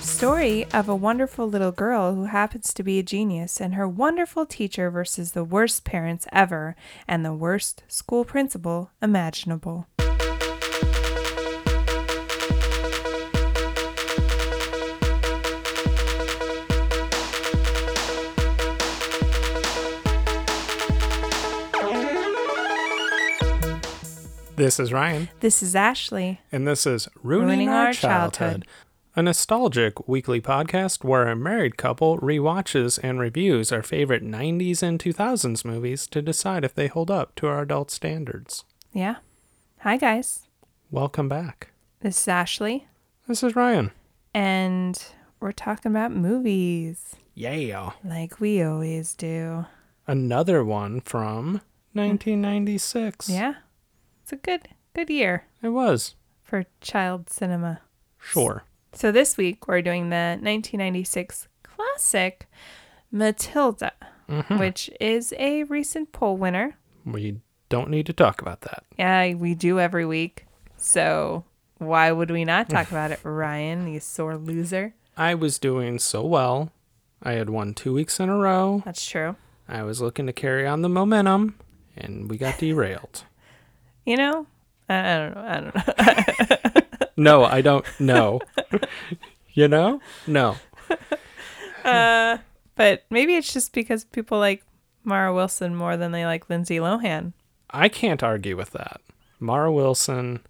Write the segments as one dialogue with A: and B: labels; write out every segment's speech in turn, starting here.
A: story of a wonderful little girl who happens to be a genius and her wonderful teacher versus the worst parents ever and the worst school principal imaginable.
B: This is Ryan,
A: This is Ashley.
B: and this is Ruining,
A: Ruining
B: Our,
A: Our
B: childhood.
A: Childhood.
B: a nostalgic weekly podcast where a married couple rewatches and reviews our favorite 90s and 2000s movies to decide if they hold up to our adult standards.
A: Yeah. Hi, guys.
B: Welcome back.
A: This is Ashley,
B: This is Ryan.
A: and we're talking about movies
B: Yeah.
A: like we always do.
B: Another one from 1996.
A: Yeah. It's a good, good year
B: It was.
A: for child cinema.
B: Sure.
A: So this week we're doing the 1996 classic Matilda,
B: Mm-hmm.
A: which is a recent poll winner.
B: We don't need to talk about that.
A: Yeah, we do every week. So why would we not talk about it, Ryan, you sore loser?
B: I was doing so well. I had won two weeks in a row.
A: That's true.
B: I was looking to carry on the momentum, and we got derailed.
A: You know, I, I don't know. I don't know.
B: no, I don't know. you know? No.
A: But maybe it's just because people like Mara Wilson more than they like Lindsay Lohan.
B: I can't argue with that. Mara Wilson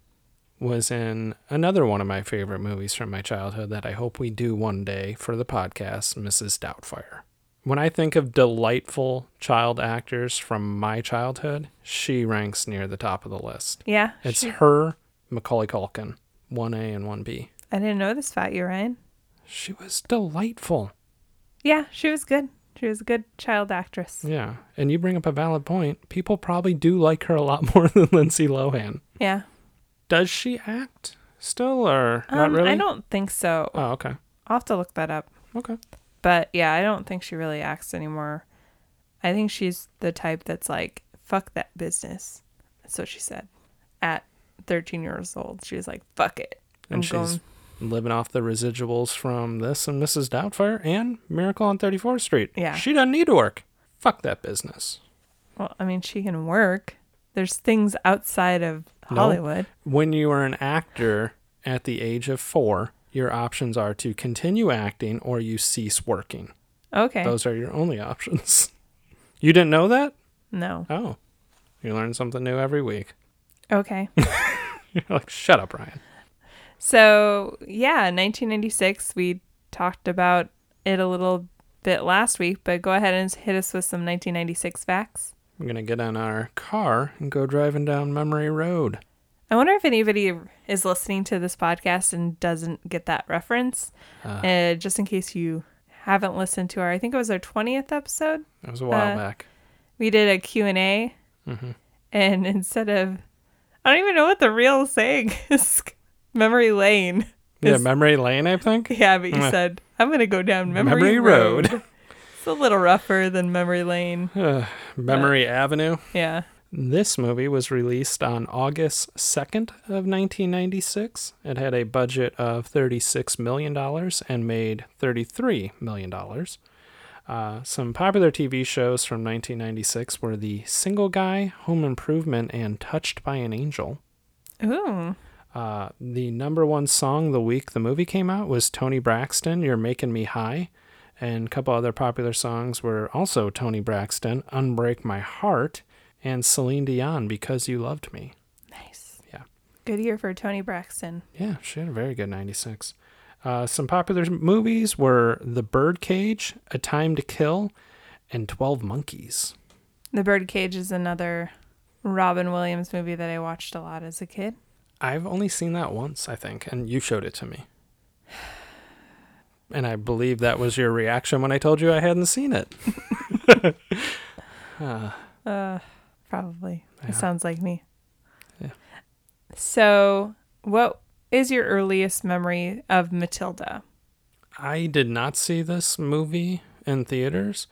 B: was in another one of my favorite movies from my childhood that I hope we do one day for the podcast, Mrs. Doubtfire. When I think of delightful child actors from my childhood, she ranks near the top of the list.
A: Yeah,
B: It's her, Macaulay Culkin, 1A and 1B.
A: I didn't know this about you, Ryan.
B: She was delightful.
A: Yeah, she was good. She was a good child actress.
B: Yeah. And you bring up a valid point. People probably do like her a lot more than Lindsay Lohan.
A: Yeah.
B: Does she act still or
A: Um,
B: not really?
A: I don't think so.
B: Oh, okay.
A: I'll have to look that up.
B: Okay.
A: But yeah, I don't think she really acts anymore. I think she's the type that's like, fuck that business. That's what she said. At 13 years old, she's like, fuck it.
B: And
A: I'm
B: she's
A: going-
B: living off the residuals from this and Mrs. Doubtfire and Miracle on 34th Street.
A: Yeah.
B: She doesn't need to work. Fuck that business.
A: Well, I mean, she can work. There's things outside of
B: No.
A: Hollywood.
B: When you are an actor at the age of four, your options are to continue acting or you cease working.
A: Okay.
B: Those are your only options. You didn't know that?
A: No.
B: Oh, you learn something new every week.
A: Okay.
B: You're like, shut up, Ryan.
A: So, yeah, 1996, we talked about it a little bit last week, but go ahead and hit us with some 1996 facts.
B: We're going to get in our car and go driving down memory road.
A: I wonder if anybody is listening to this podcast and doesn't get that reference. Uh, just in case you haven't listened to our, I think it was our 20th episode.
B: It was a while
A: Uh,
B: back.
A: We did a Q&A.
B: Mm-hmm.
A: And instead of, I don't even know what the real saying is, memory lane.
B: Yeah, memory lane, I think.
A: Yeah, but you
B: Uh,
A: said, I'm going to go down memory,
B: Memory
A: road.
B: Road.
A: it's a little rougher than memory lane.
B: Ugh, memory Avenue.
A: Yeah.
B: This movie was released on August 2nd of 1996. It had a budget of $36 million and made $33 million. Uh, some popular TV shows from 1996 were The Single Guy, Home Improvement, and Touched by an Angel.
A: Ooh.
B: Uh, the number one song the week the movie came out was Tony Braxton, You're Making Me High. And a couple other popular songs were also Tony Braxton, Unbreak My Heart, and Celine Dion, Because You Loved Me.
A: Nice.
B: Yeah.
A: Good year for Tony Braxton.
B: Yeah, she had a very good 96. Uh, some popular movies were The Birdcage, A Time to Kill, and 12 Monkeys.
A: The Birdcage is another Robin Williams movie that I watched a lot as a kid.
B: I've only seen that once, I think, and you showed it to me. And I believe that was your reaction when I told you I hadn't seen it. uh,
A: Uh, probably.
B: Yeah.
A: It sounds like me.
B: Yeah.
A: So, what is your earliest memory of Matilda?
B: I did not see this movie in theaters,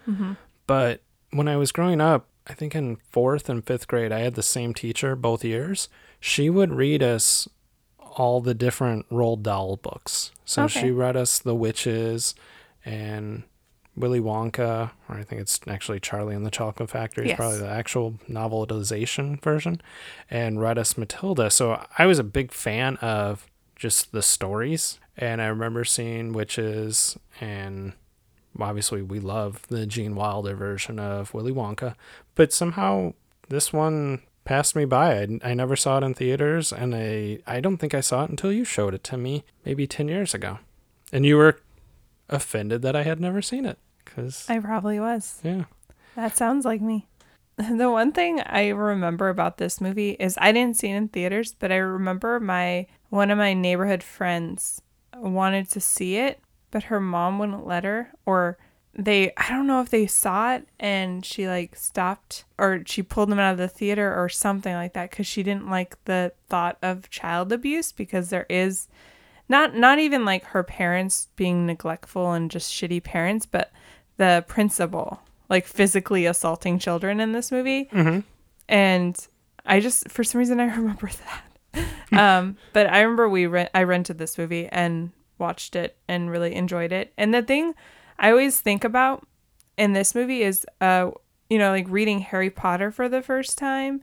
B: but when I was growing up, I think in fourth and fifth grade, I had the same teacher both years. She would read us all the different Roald Dahl books. So
A: Okay.
B: she read us The Witches and Willy Wonka, or I think it's actually Charlie and the Chocolate Factory, is
A: Yes.
B: probably the actual novelization version, and read us Matilda. So I was a big fan of just the stories. And I remember seeing Witches and obviously we love the Gene Wilder version of Willy Wonka, but somehow this one passed me by. I, I never saw it in theaters, and I I don't think I saw it until you showed it to me maybe ten years ago, and you were offended that I had never seen it because
A: I probably was.
B: yeah
A: That sounds like me. The one thing I remember about this movie is I didn't see it in theaters, but I remember my one of my neighborhood friends wanted to see it, but her mom wouldn't let her or they I don't know if they saw it and she like stopped or she pulled them out of the theater or something like that cuz she didn't like the thought of child abuse because there is not not even like her parents being neglectful and just shitty parents, but the principal like physically assaulting children in this movie.
B: Mhm.
A: And I just for some reason I remember that. um, but I remember we rent I rented this movie and watched it and really enjoyed it. And the thing I always think about in this movie is uh you know like reading Harry Potter for the first time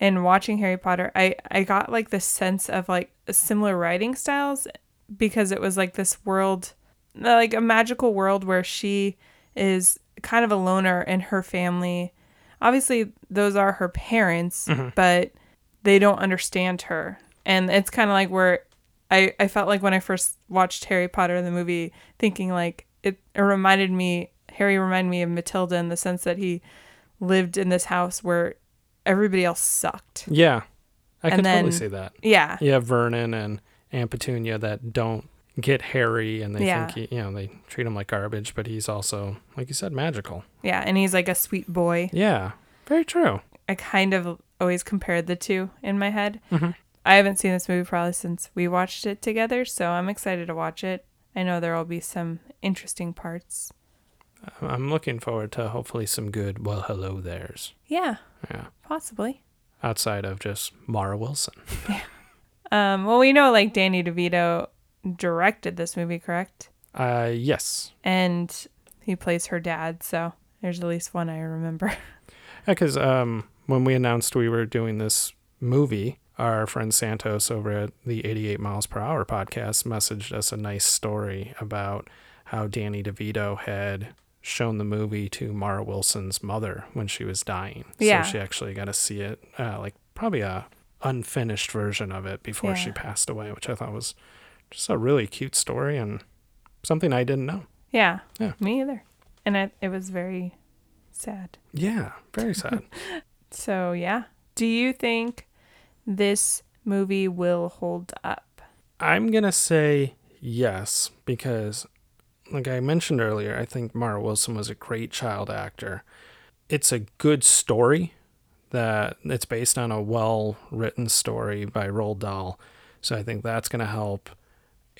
A: and watching Harry Potter, I I got like this sense of like similar writing styles because it was like this world, like a magical world where she is kind of a loner and her family. Obviously, those are her parents, but they don't understand her, and it's kind of like where I I felt like when I first watched Harry Potter the movie, thinking like it, it reminded me Harry reminded me of Matilda in the sense that he lived in this house where everybody else sucked.
B: yeah I
A: And
B: can
A: then-
B: totally see that.
A: Yeah.
B: You have Vernon and Aunt Petunia that don't get Harry, and they
A: Yeah.
B: think he, you know they treat him like garbage, but he's also like you said magical.
A: Yeah, and he's like a sweet boy.
B: Yeah, very true.
A: I kind of always compared the two in my head. I haven't seen this movie probably since we watched it together, so I'm excited to watch it. I know there will be some interesting parts.
B: I'm looking forward to hopefully some good well hello theirs.
A: Yeah,
B: Yeah.
A: possibly.
B: Outside of just Mara Wilson.
A: Um, well, we know like Danny DeVito directed this movie, correct?
B: Uh yes.
A: And he plays her dad, so there's at least one I remember.
B: Yeah, cuz um when we announced we were doing this movie, our friend Santos over at the 88 miles per hour podcast messaged us a nice story about how Danny DeVito had shown the movie to Mara Wilson's mother when she was dying.
A: Yeah.
B: So she actually got to see it uh, like probably a unfinished version of it before she
A: Yeah.
B: passed away, which I thought was just a really cute story and something I didn't know.
A: yeah,
B: Yeah.
A: me either. And I, it was very sad.
B: Yeah, very sad.
A: So, yeah. Do you think this movie will hold up?
B: I'm gonna say yes because, like I mentioned earlier, I think Mara Wilson was a great child actor. It's a good story that it's based on a well written story by Roald Dahl, so I think that's gonna help.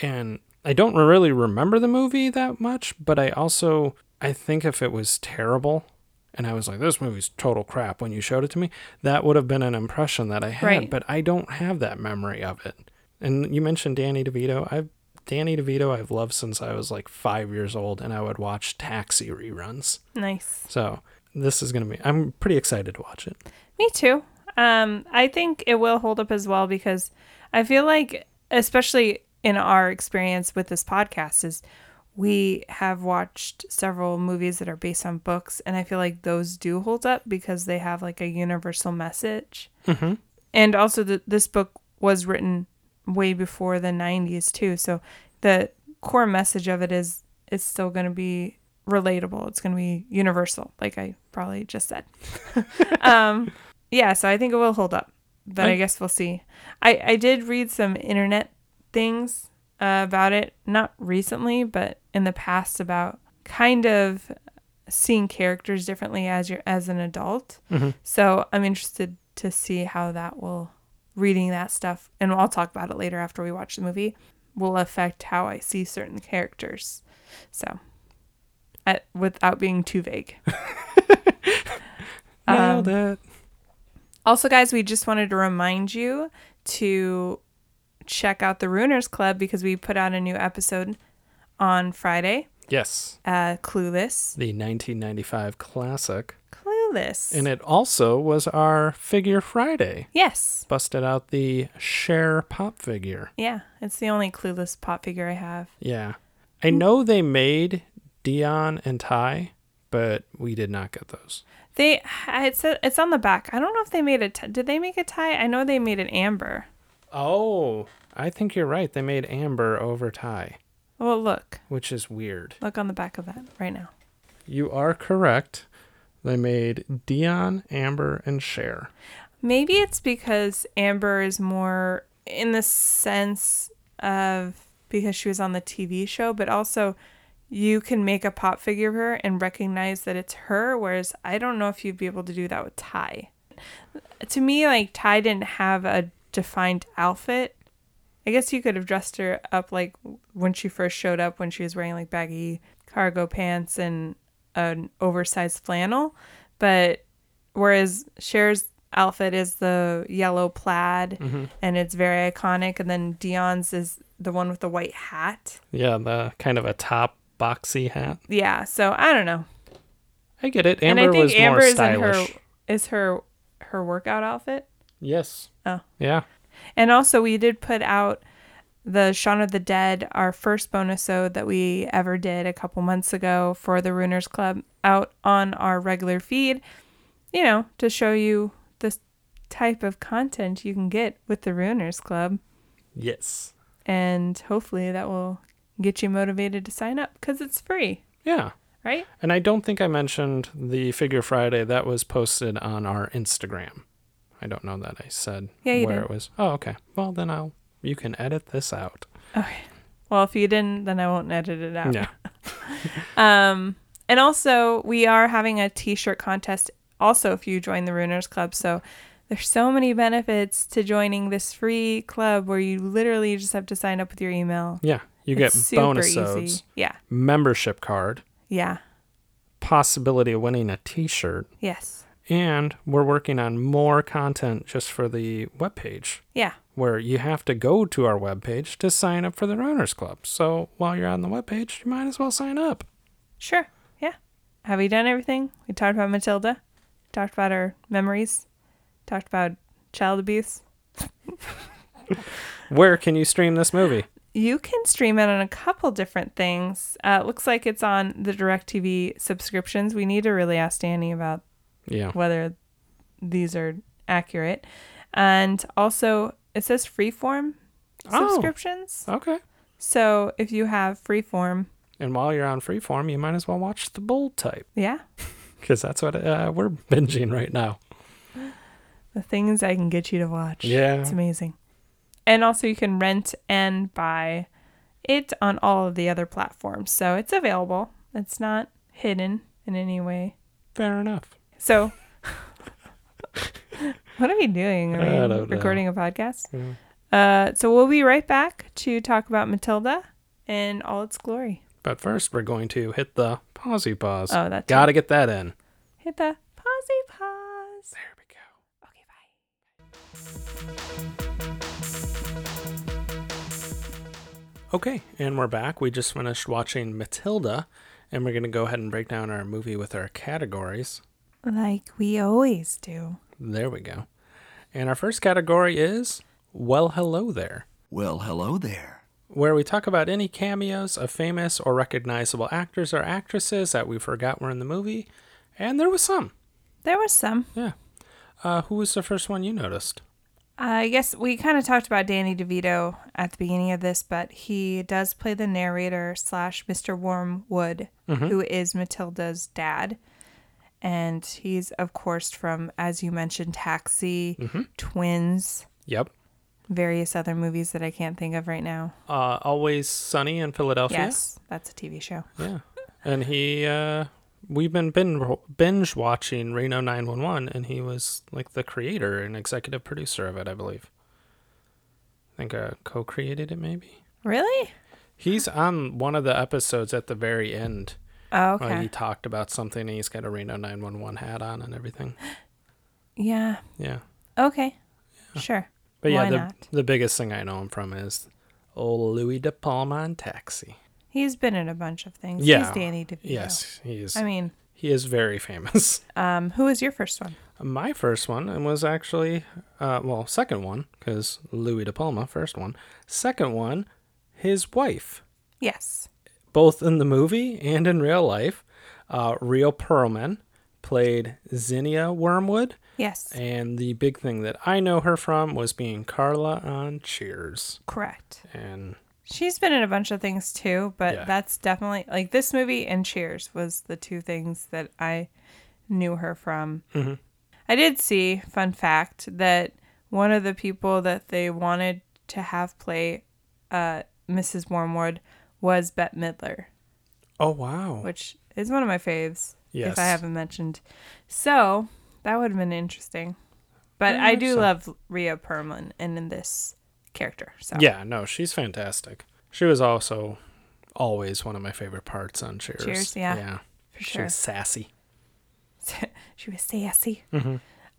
B: And I don't really remember the movie that much, but I also I think if it was terrible. And I was like, this movie's total crap when you showed it to me. That would have been an impression that I had,
A: Right.
B: but I don't have that memory of it. And you mentioned Danny DeVito. I've Danny DeVito I've loved since I was like five years old, and I would watch Taxi reruns.
A: Nice.
B: So this is gonna be. I'm pretty excited to watch it.
A: Me too. Um, I think it will hold up as well because I feel like, especially in our experience with this podcast, is we have watched several movies that are based on books, and I feel like those do hold up because they have like a universal message.
B: Mhm.
A: And also, th this book was written way before the '90s too, so the core message of it is it's still going to be relatable. It's going to be universal, like I probably just said. um, yeah, so I think it will hold up. but I,
B: I-
A: guess we'll see. I I did read some internet things uh, about it, not recently, but in the past about kind of seeing characters differently as you're as an adult.
B: Mhm.
A: So I'm interested to see how that will reading that stuff, and I'll talk about it later after we watch the movie. Will affect how I see certain characters. So, I, without being too vague.
B: Nailed it.
A: Also, guys, we just wanted to remind you to check out the Ruiners Club because we put out a new episode on Friday.
B: Yes,
A: Uh, Clueless.
B: the 1995 classic.
A: Clueless.
B: And it also was our Figure Friday.
A: yes.
B: Busted out the Cher pop figure.
A: Yeah. It's the only Clueless pop figure I have.
B: Yeah. I know they made Dion and Ty, but we did not get those.
A: They, it's, it's on the back. I don't know if they made a, t- did they make a tie? I know they made an amber.
B: Oh, I think you're right. They made Amber over Ty,
A: Well, look,
B: which is weird.
A: look on the back of that right now.
B: You are correct. They made Dion, Amber, and Cher.
A: Maybe it's because Amber is more in the sense of because she was on the TV show, but also you can make a pop figure of her and recognize that it's her, whereas I don't know if you'd be able to do that with Ty. To me, like Ty didn't have a defined outfit. I guess you could have dressed her up like when she first showed up when she was wearing like baggy cargo pants and an oversized flannel, but whereas Cher's outfit is the yellow plaid
B: Mm-hmm.
A: and it's very iconic and then Dion's is the one with the white hat.
B: Yeah, the kind of a top boxy hat.
A: Yeah, so I don't know.
B: I get it.
A: and
B: Amber
A: I think
B: was
A: Amber
B: more
A: is in her
B: stylish.
A: is her her workout outfit.
B: Yes.
A: Oh.
B: Yeah.
A: And also, we did put out the Shaun of the Dead, our first bonus ode that we ever did a couple months ago for the Ruiners Club, out on our regular feed, you know, to show you this type of content you can get with the Ruiners Club.
B: Yes.
A: And hopefully that will get you motivated to sign up because it's free,
B: Yeah.
A: right?
B: And I don't think I mentioned the Figure Friday that was posted on our Instagram. I don't know that I said
A: Yeah, you
B: where
A: did.
B: it was. Oh, okay. Well, then I'll you can edit this out.
A: Well, if you didn't, then I won't edit it out.
B: Yeah.
A: Um, and also, we are having a t-shirt contest. Also, if you join the Ruiners Club, so there's so many benefits to joining this free club where you literally just have to sign up with your email.
B: Yeah. You
A: It's
B: get bonus
A: Yeah,
B: membership card,
A: yeah,
B: possibility of winning a t-shirt,
A: yes,
B: and we're working on more content just for the webpage
A: yeah,
B: where you have to go to our webpage to sign up for the Runners Club. So while you're on the webpage, you might as well sign up.
A: sure, yeah. Have we done everything? We talked about Matilda, talked about our memories, talked about child abuse.
B: Where can you stream this movie?
A: You can stream it on a couple different things. Uh, it looks like it's on the DirecTV subscriptions. We need to really ask Danny about
B: Yeah.
A: whether these are accurate. And also, it says freeform
B: Oh.
A: subscriptions.
B: Okay.
A: So if you have freeform,
B: And while you're on Freeform, you might as well watch the bold type
A: yeah,
B: because that's what uh, we're binging right now.
A: the things I can get you to watch.
B: Yeah.
A: It's amazing. And also, you can rent and buy it on all of the other platforms. So it's available, it's not hidden in any way.
B: Fair enough.
A: So, what are we doing?
B: I
A: Are we
B: don't know.
A: recording a podcast?
B: Yeah.
A: Uh, so we'll be right back to talk about Matilda and all its glory.
B: But first, we're going to hit the pausey pause.
A: Oh, that
B: Gotta get that in.
A: Hit the pausey pause.
B: There we go.
A: Okay, bye.
B: Okay, and we're back. We just finished watching Matilda, and we're going to go ahead and break down our movie with our categories.
A: Like we always do.
B: There we go. And our first category is Well, Hello There,
C: Well, hello there.
B: where we talk about any cameos of famous or recognizable actors or actresses that we forgot were in the movie, and there was some.
A: There was some.
B: Yeah. Uh, who was the first one you noticed?
A: Uh, I guess we kind of talked about Danny DeVito at the beginning of this, but he does play the
B: Mm-hmm.
A: narrator slash Mr. Wormwood, who is Matilda's dad. and he's of course from as you mentioned Taxi,
B: Mm-hmm.
A: Twins,
B: Yep.
A: various other movies that I can't think of right now.
B: Uh, Always Sunny in Philadelphia.
A: Yes, that's a TV show.
B: Yeah. And he, uh, we've been bin- binge watching Reno 911, and he was like the creator and executive producer of it, I believe. I think uh, co created it, maybe.
A: Really?
B: He's on one of the episodes at the very end.
A: Oh,
B: where he
A: okay.
B: talked about something, and he's got a Reno 911 hat on and everything.
A: Yeah.
B: Yeah.
A: Okay. Sure.
B: But yeah,
A: Why
B: the,
A: not?
B: the biggest thing I know him from is old Louis De Palma on Taxi.
A: He's been in a bunch of things.
B: Yeah.
A: He's Danny DeVito.
B: Yes, he is.
A: I mean,
B: he is very famous.
A: um, who was your first one?
B: My first one and was actually, uh, well, second one because Louis De Palma, first one, second one, his wife,
A: Yes.
B: both in the movie and in real life, uh, Real Perlman played Zinnia Wormwood,
A: Yes.
B: and the big thing that I know her from was being Carla on Cheers,
A: Correct.
B: and
A: She's been in a bunch of things too, but
B: Yeah.
A: that's definitely like this movie and Cheers was the two things that I knew her from.
B: Mm-hmm.
A: I did see, fun fact, that one of the people that they wanted to have play uh, Mrs. Wormwood was Bette Midler,
B: oh wow,
A: which is one of my faves,
B: Yes.
A: if I haven't mentioned. So that would have been interesting. But I do love Rhea Perlman and in this character. So
B: yeah, no, she's fantastic. She was also always one of my favorite parts on Cheers.
A: Cheers, yeah,
B: yeah,
A: for
B: she
A: sure.
B: was sassy.
A: she was sassy.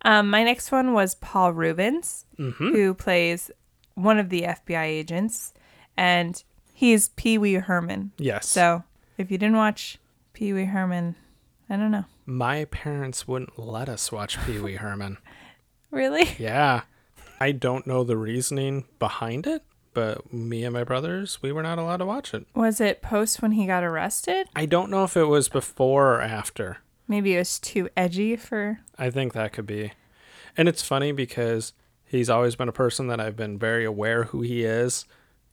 A: Um, my next one was Paul Rubens, who plays one of the FBI agents, and he's Pee Wee Herman.
B: Yes.
A: So if you didn't watch Pee Wee Herman, I don't know.
B: My parents wouldn't let us watch Pee Wee Herman.
A: Really?
B: Yeah. I don't know the reasoning behind it, but me and my brothers, we were not allowed to watch it.
A: Was it post when he got arrested?
B: I don't know if it was before or after.
A: Maybe it was too edgy for.
B: I think that could be. And it's funny because he's always been a person that I've been very aware who he is.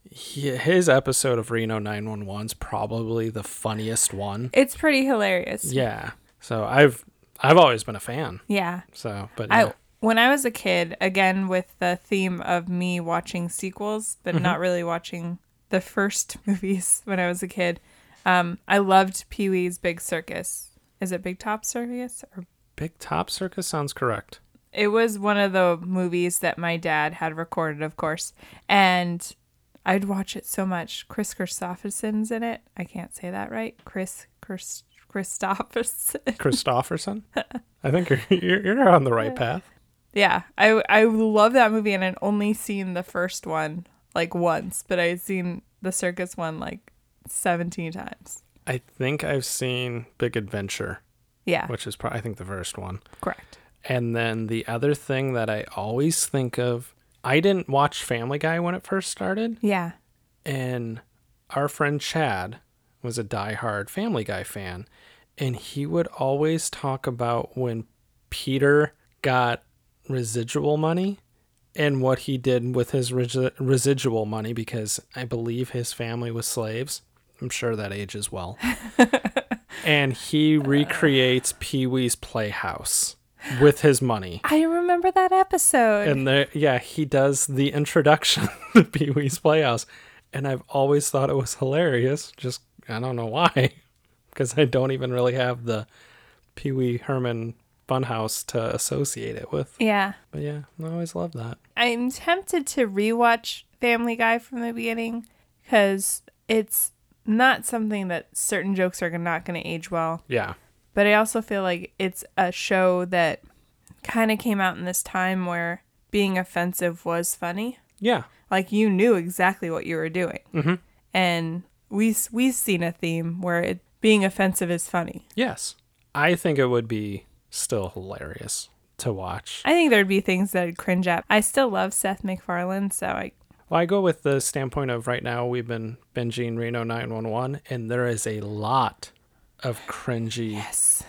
B: He, his episode of Reno 911 is probably the funniest one.
A: It's pretty hilarious.
B: Yeah. So I've I've always been a fan.
A: Yeah.
B: So, but yeah.
A: I when I was a kid, again with the theme of me watching sequels but not really watching the first movies when I was a kid. Um, I loved Pee Wee's Big Circus. Is it Big Top Circus? Or
B: Big Top Circus sounds correct.
A: it was one of the movies that my dad had recorded, of course, and I'd watch it so much. Chris Christopherson's in it. I can't say that right. Chris Chris Christopherson.
B: Christopherson. I think you're, you're you're on the right path.
A: Yeah, I I love that movie, and I'd only seen the first one like once, but I'd seen the circus one like seventeen times.
B: I think I've seen Big Adventure,
A: Yeah,
B: which is pro- I think the first one.
A: correct.
B: And then the other thing that I always think of, I didn't watch Family Guy when it first started,
A: Yeah,
B: and our friend Chad was a diehard Family Guy fan, and he would always talk about when Peter got residual money and what he did with his resi- residual money because I believe his family was slaves. I'm sure that age as well. and he recreates Pee Wee's Playhouse with his money.
A: I remember that episode.
B: And there, yeah, he does the introduction to Pee Wee's Playhouse, and I've always thought it was hilarious. Just I don't know why, because I don't even really have the Pee Wee Herman Funhouse to associate it with.
A: yeah,
B: But yeah, I always love that.
A: I'm tempted to rewatch Family Guy from the beginning because it's not something that certain jokes are not going to age well.
B: Yeah,
A: But I also feel like it's a show that kind of came out in this time where being offensive was funny.
B: yeah,
A: like you knew exactly what you were doing mm-hmm. and we we've seen a theme where it being offensive is funny
B: yes. I think it would be still hilarious to watch.
A: i think there'd be things that i'd cringe at i still love seth macfarlane so i
B: Well, I go with the standpoint of right now we've been binging Reno 911, and there is a lot of cringy.
A: yes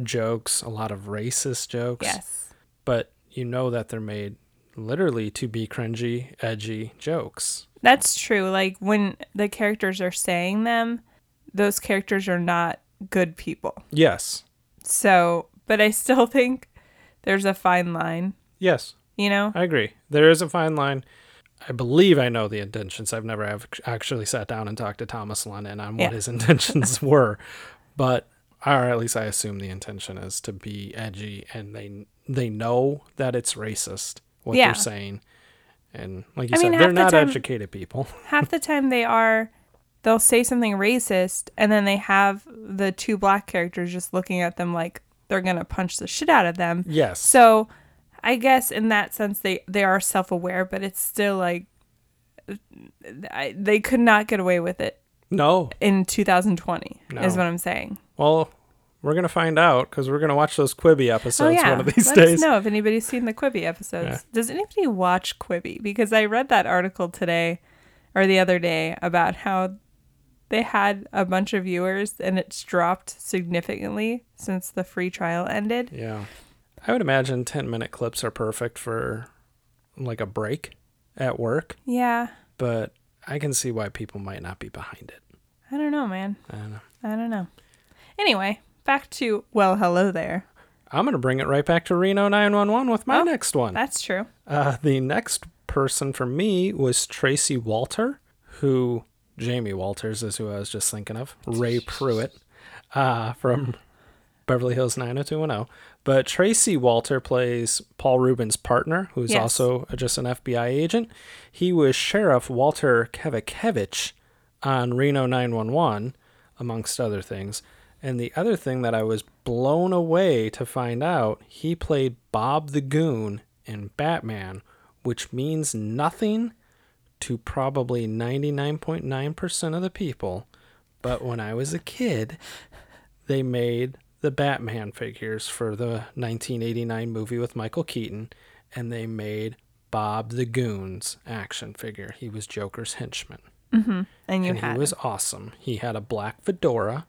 B: jokes, a lot of racist jokes.
A: yes
B: But you know that they're made literally to be cringy, edgy jokes.
A: that's true like when the characters are saying them those characters are not good people
B: Yes.
A: so but I still think there's a fine line,
B: Yes,
A: you know?
B: I agree. There is a fine line. I believe I know the intentions. I've never ac- actually sat down and talked to Thomas Lennon on
A: Yeah.
B: what his intentions were, but or at least I assume the intention is to be edgy, and they they know that it's racist what
A: Yeah.
B: they're saying, and like you
A: I
B: said,
A: mean, half
B: they're
A: the
B: not
A: time-
B: educated people.
A: Half the time they are they'll say something racist and then they have the two black characters just looking at them like they're going to punch the shit out of them.
B: Yes.
A: So, I guess in that sense they they are self-aware, but it's still like I, they could not get away with it
B: no.
A: in 2020 is
B: No.
A: what I'm saying.
B: Well, we're gonna find out because we're gonna watch those Quibi episodes one of these
A: Oh, Let
B: days.
A: us know if anybody's seen the Quibi episodes.
B: Yeah.
A: Does anybody watch Quibi? Because I read that article today or the other day about how they had a bunch of viewers and it's dropped significantly since the free trial ended.
B: Yeah. I would imagine 10 minute clips are perfect for like a break at work,
A: Yeah.
B: but I can see why people might not be behind it.
A: I don't know, man.
B: I don't know.
A: I don't know. Anyway, back to well, hello there.
B: I'm going to bring it right back to Reno 911 with my
A: Oh,
B: next one.
A: That's true.
B: Uh, the next person for me was Tracy Walter, who Jamie Walters is who I was just thinking of, Ray Pruitt uh, from Beverly Hills 90210. But Tracy Walter plays Paul Rubin's partner, who's
A: Yes.
B: also just an FBI agent. He was Sheriff Walter Kevakevich on Reno 911, amongst other things. And the other thing that I was blown away to find out, he played Bob the Goon in Batman, which means nothing to probably 99.9% of the people. But when I was a kid, they made the Batman figures for the 1989 movie with Michael Keaton, and they made Bob the Goon's action figure. He was Joker's henchman.
A: And you
B: and
A: had
B: he was awesome. He had a black fedora.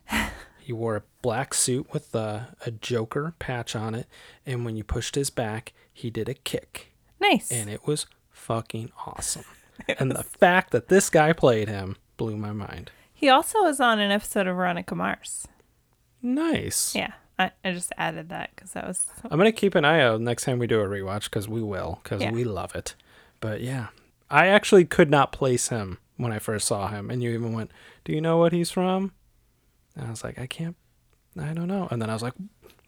B: he wore a black suit with a, a Joker patch on it. And when you pushed his back, he did a kick
A: nice.
B: and it was fucking awesome. and the fact that this guy played him blew my mind.
A: He also was on an episode of Veronica Mars.
B: Nice.
A: Yeah. I, I just added that because that was
B: I'm gonna keep an eye out next time we do a rewatch because we will because
A: Yeah.
B: we love it. But yeah, I actually could not place him when I first saw him, and you even went, "Do you know what he's from?" And I was like, "I can't, I don't know." And then I was like,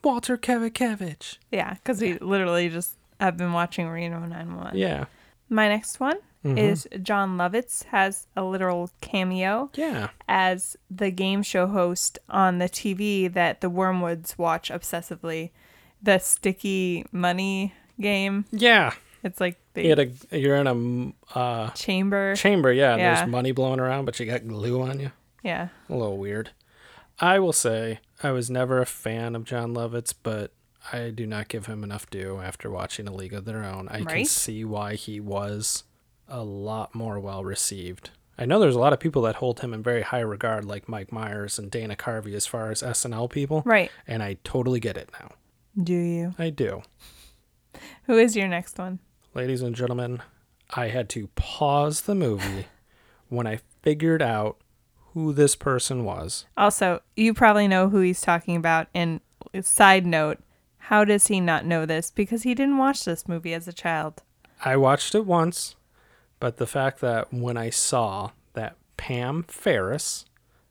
B: "Walter Kevakevich."
A: Yeah, because we literally just have been watching Reno 911.
B: Yeah,
A: My next one is John Lovitz has a literal cameo
B: yeah.
A: as the game show host on the TV that the Wormwoods watch obsessively, the sticky money game.
B: Yeah,
A: It's like the
B: you had a, you're in a mm, uh,
A: chamber.
B: chamber, yeah, and
A: Yeah.
B: there's money blowing around, but you got glue on you.
A: yeah,
B: a little weird. I will say I was never a fan of John Lovitz, but I do not give him enough due after watching A League of Their Own. I can
A: Right?
B: see why he was a lot more well received. I know there's a lot of people that hold him in very high regard, like Mike Myers and Dana Carvey, as far as SNL people.
A: right.
B: And I totally get it now.
A: Do you?
B: I do.
A: Who is your next one?
B: Ladies and gentlemen, I had to pause the movie when I figured out who this person was.
A: Also, you probably know who he's talking about. And side note, how does he not know this? Because he didn't watch this movie as a child.
B: I watched it once, but the fact that when I saw that Pam Ferris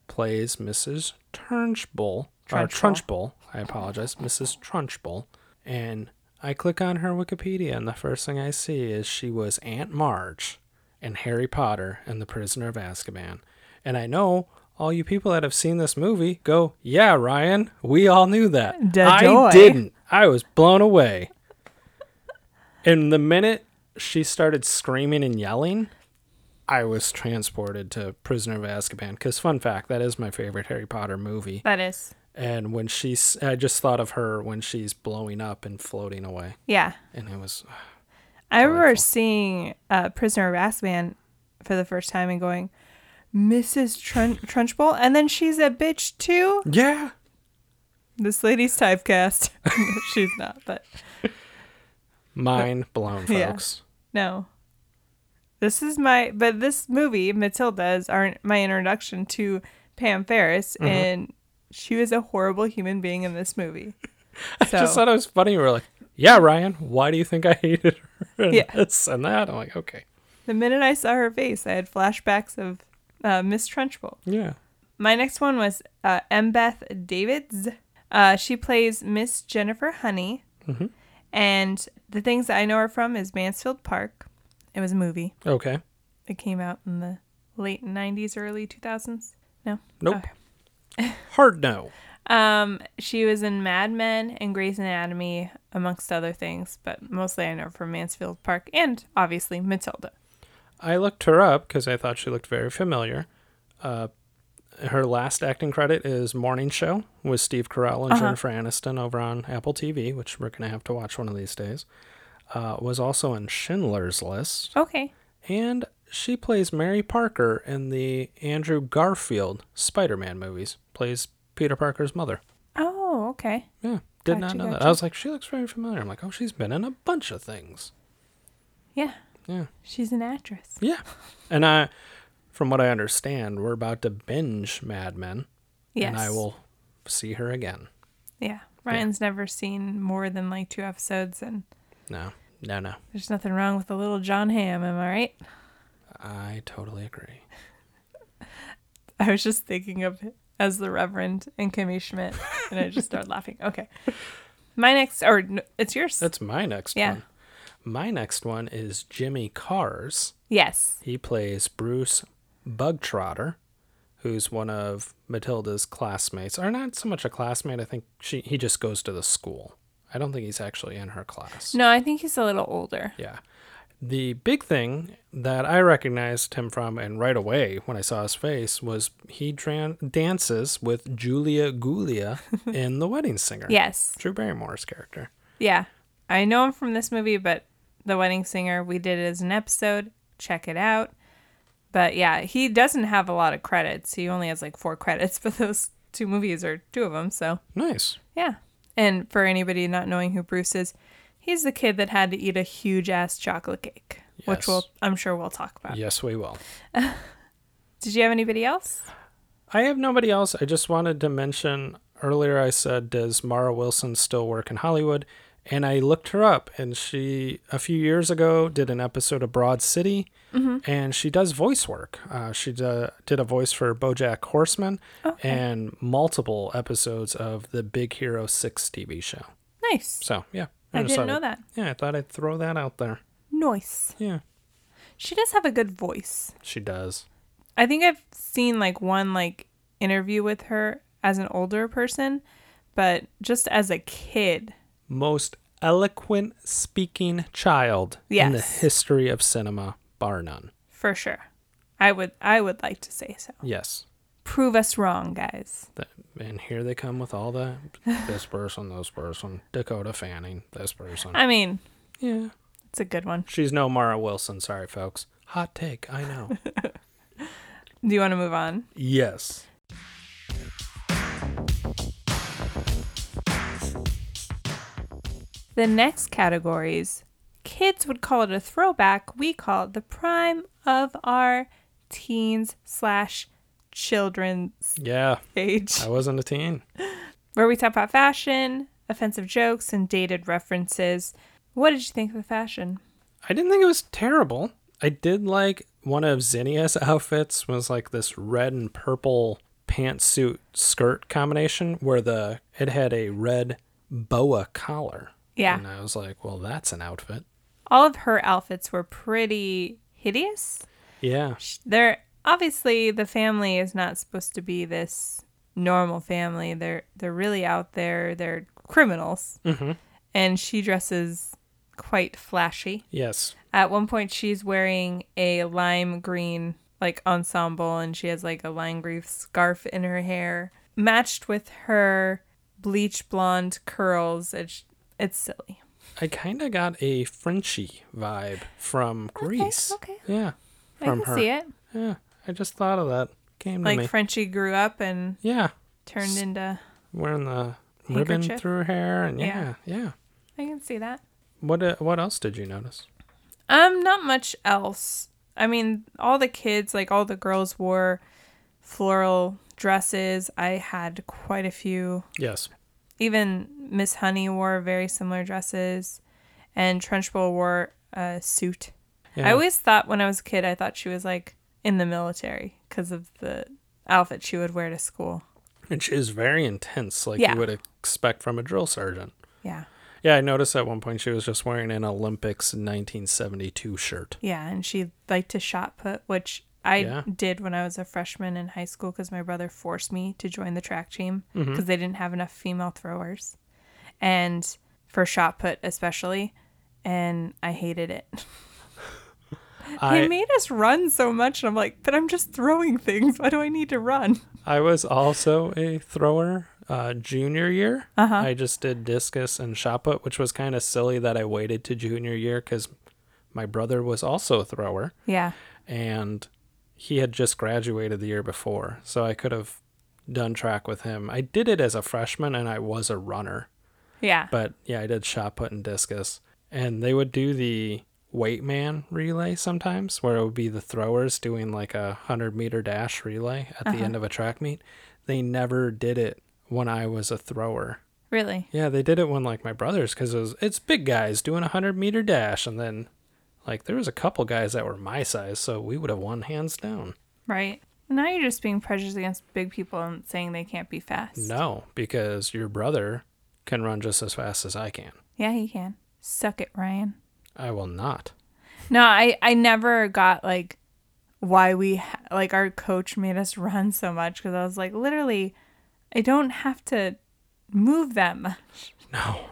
B: plays Mrs. Turnchbull, or Trunchbull, I apologize, Mrs. Trunchbull, and I click on her Wikipedia, and the first thing I see is she was Aunt Marge in Harry Potter and the Prisoner of Azkaban. And I know all you people that have seen this movie go, yeah, Ryan, we all knew that.
A: Dadoy.
B: I didn't. I was blown away. And the minute she started screaming and yelling, I was transported to Prisoner of Azkaban. Because, fun fact, that is my favorite Harry Potter movie.
A: That is.
B: And when she's, I just thought of her when she's blowing up and floating away.
A: Yeah.
B: And it was,
A: I remember seeing uh, Prisoner of Azkaban for the first time and going, Mrs. Trun- Trunchbull, and then she's a bitch too.
B: yeah.
A: This lady's typecast. No, she's not, but
B: Mind blown,
A: Yeah.
B: folks.
A: no. This is my, but this movie Matilda is our, my
B: Mm-hmm.
A: introduction to Pam Ferris, and she was a horrible human being in this movie. So
B: Just thought it was funny. We were like, "Yeah, Ryan, why do you think I hated her?" And
A: Yeah.
B: this and that. I'm like, okay,
A: the minute I saw her face, I had flashbacks of uh, Miss Trunchbull.
B: yeah,
A: My next one was uh, M. Beth Davids. Uh, she plays Miss Jennifer Honey.
B: Mm-hmm.
A: And the things that I know her from is Mansfield Park. It was a movie.
B: okay,
A: It came out in the late 90s, early 2000s. No?
B: nope,
A: Okay.
B: hard no.
A: Um, she was in Mad Men and Grey's Anatomy, amongst other things, but mostly I know her from Mansfield Park and obviously Matilda.
B: I looked her up because I thought she looked very familiar. Uh, her last acting credit is Morning Show with Steve Carell
A: Uh-huh.
B: and Jennifer Aniston over on Apple TV, which we're gonna have to watch one of these days. Uh, was also in Schindler's List,
A: Okay.
B: and she plays Mary Parker in the Andrew Garfield Spider-Man movies. Plays Peter Parker's mother.
A: Oh, okay.
B: Yeah, did not
A: Gotcha,
B: know that.
A: gotcha.
B: I was like, she looks very familiar. I'm like, oh, she's been in a bunch of things.
A: Yeah.
B: Yeah.
A: She's an actress.
B: Yeah. And I, from what I understand, we're about to binge Mad Men.
A: Yes.
B: And I will see her again.
A: Yeah. Ryan's never seen more than like two episodes, and
B: No, no, no.
A: there's nothing wrong with a little John Ham, am I right?
B: I totally agree.
A: I was just thinking of it as the Reverend and Kimmy Schmidt, and I just started laughing. Okay. My next, or no, it's yours.
B: That's my next
A: Yeah.
B: one. My next one is Jimmy Cars.
A: yes.
B: He plays Bruce Bugtrotter, who's one of Matilda's classmates. Or not so much a classmate. I think she he just goes to the school. I don't think he's actually in her class.
A: No, I think he's a little older.
B: Yeah. The big thing that I recognized him from, and right away when I saw his face, was he dran dances with Julia Gulia in The Wedding Singer.
A: Yes.
B: Drew Barrymore's character.
A: Yeah. I know him from this movie, but The Wedding Singer, we did it as an episode. Check it out. But yeah, he doesn't have a lot of credits. He only has like four credits, but those two movies are two of them. So
B: Nice.
A: yeah. And for anybody not knowing who Bruce is, he's the kid that had to eat a huge ass chocolate cake, which
B: Yes.
A: we'll, I'm sure we'll talk about.
B: Yes, we will.
A: Did you have anybody else?
B: I have nobody else. I just wanted to mention earlier I said, does Mara Wilson still work in Hollywood? And I looked her up, and she, a few years ago, did an episode of Broad City,
A: Mm-hmm.
B: and she does voice work. Uh, she d- did a voice for Bojack Horseman
A: Oh,
B: and multiple episodes of the Big Hero 6 TV show.
A: Nice.
B: So, yeah.
A: I
B: just
A: didn't
B: thought
A: know
B: I'd-
A: that.
B: Yeah, I thought I'd throw that out there.
A: Nice.
B: Yeah,
A: She does have a good voice.
B: she does.
A: I think I've seen like one like interview with her as an older person, but just as a kid.
B: most eloquent speaking child in the
A: Yes.
B: history of cinema, bar none.
A: For sure. I would I would like to say so.
B: Yes.
A: Prove us wrong, guys.
B: That, and here they come with all the this person, this person, Dakota Fanning, this person.
A: I mean,
B: Yeah.
A: it's a good one.
B: She's no Mara Wilson, sorry folks. Hot take, I know.
A: Do you want to move on?
B: yes.
A: The next categories. Kids would call it a throwback. We call it the prime of our teens slash children's
B: Yeah.
A: age.
B: I wasn't a teen.
A: where we talk about fashion, offensive jokes, and dated references. What did you think of the fashion?
B: I didn't think it was terrible. I did like one of Zinnia's outfits was like this red and purple pantsuit skirt combination where the it had a red boa collar.
A: Yeah.
B: And I was like, well, that's an outfit.
A: All of her outfits were pretty hideous.
B: Yeah.
A: Sh- They're obviously the family is not supposed to be this normal family. They're they're really out there. They're criminals.
B: Mhm.
A: And she dresses quite flashy.
B: Yes.
A: At one point, she's wearing a lime green like ensemble, and she has like a lime green scarf in her hair, matched with her bleach blonde curls. It's it's silly.
B: I kind of got a Frenchy vibe from Greece.
A: okay.
B: Yeah.
A: I
B: From
A: can
B: her.
A: see it.
B: Yeah. I just thought of that. Came to
A: Like
B: me.
A: Frenchie grew up and
B: yeah.
A: turned into.
B: Wearing the ribbon
A: Handkerchief.
B: through her hair and yeah.
A: Yeah.
B: Yeah.
A: I can see that.
B: What uh, what else did you notice?
A: Um, not much else. I mean, all the kids, like all the girls, wore floral dresses. I had quite a few
B: Yes.
A: even Miss Honey wore very similar dresses, and Trunchbull wore a suit.
B: Yeah.
A: I always thought when I was a kid, I thought she was like in the military because of the outfit she would wear to school.
B: Which is very intense, like
A: Yeah.
B: you would expect from a drill sergeant.
A: Yeah.
B: Yeah, I noticed at one point she was just wearing an Olympics 1972 shirt.
A: Yeah, and she liked to shot put, which I
B: Yeah.
A: did when I was a freshman in high school because my brother forced me to join the track team because
B: Mm-hmm.
A: they didn't have enough female throwers, and for shot put especially, and I hated it.
B: I,
A: they made us run so much, and I'm like, but I'm just throwing things. Why do I need to run?
B: I was also a thrower uh, junior year. I just did discus and shot put, which was kind of silly that I waited to junior year because my brother was also a thrower
A: Yeah,
B: and he had just graduated the year before. So I could have done track with him. I did it as a freshman and I was a runner.
A: yeah,
B: But yeah, I did shot put and discus. And they would do the weight man relay sometimes, where it would be the throwers doing like a 100 meter dash relay at the end of a track meet. They never did it when I was a thrower.
A: really.
B: Yeah, they did it when like my brothers, because it was, it's big guys doing a 100 meter dash. And then like there was a couple guys that were my size, so we would have won hands down.
A: Right. Now you're just being prejudiced against big people and saying they can't be fast.
B: No, because your brother can run just as fast as I can.
A: Yeah, he can. Suck it, Ryan.
B: I will not.
A: No, I I never got like why we ha- like our coach made us run so much because I was like literally I don't have to move that much.
B: No.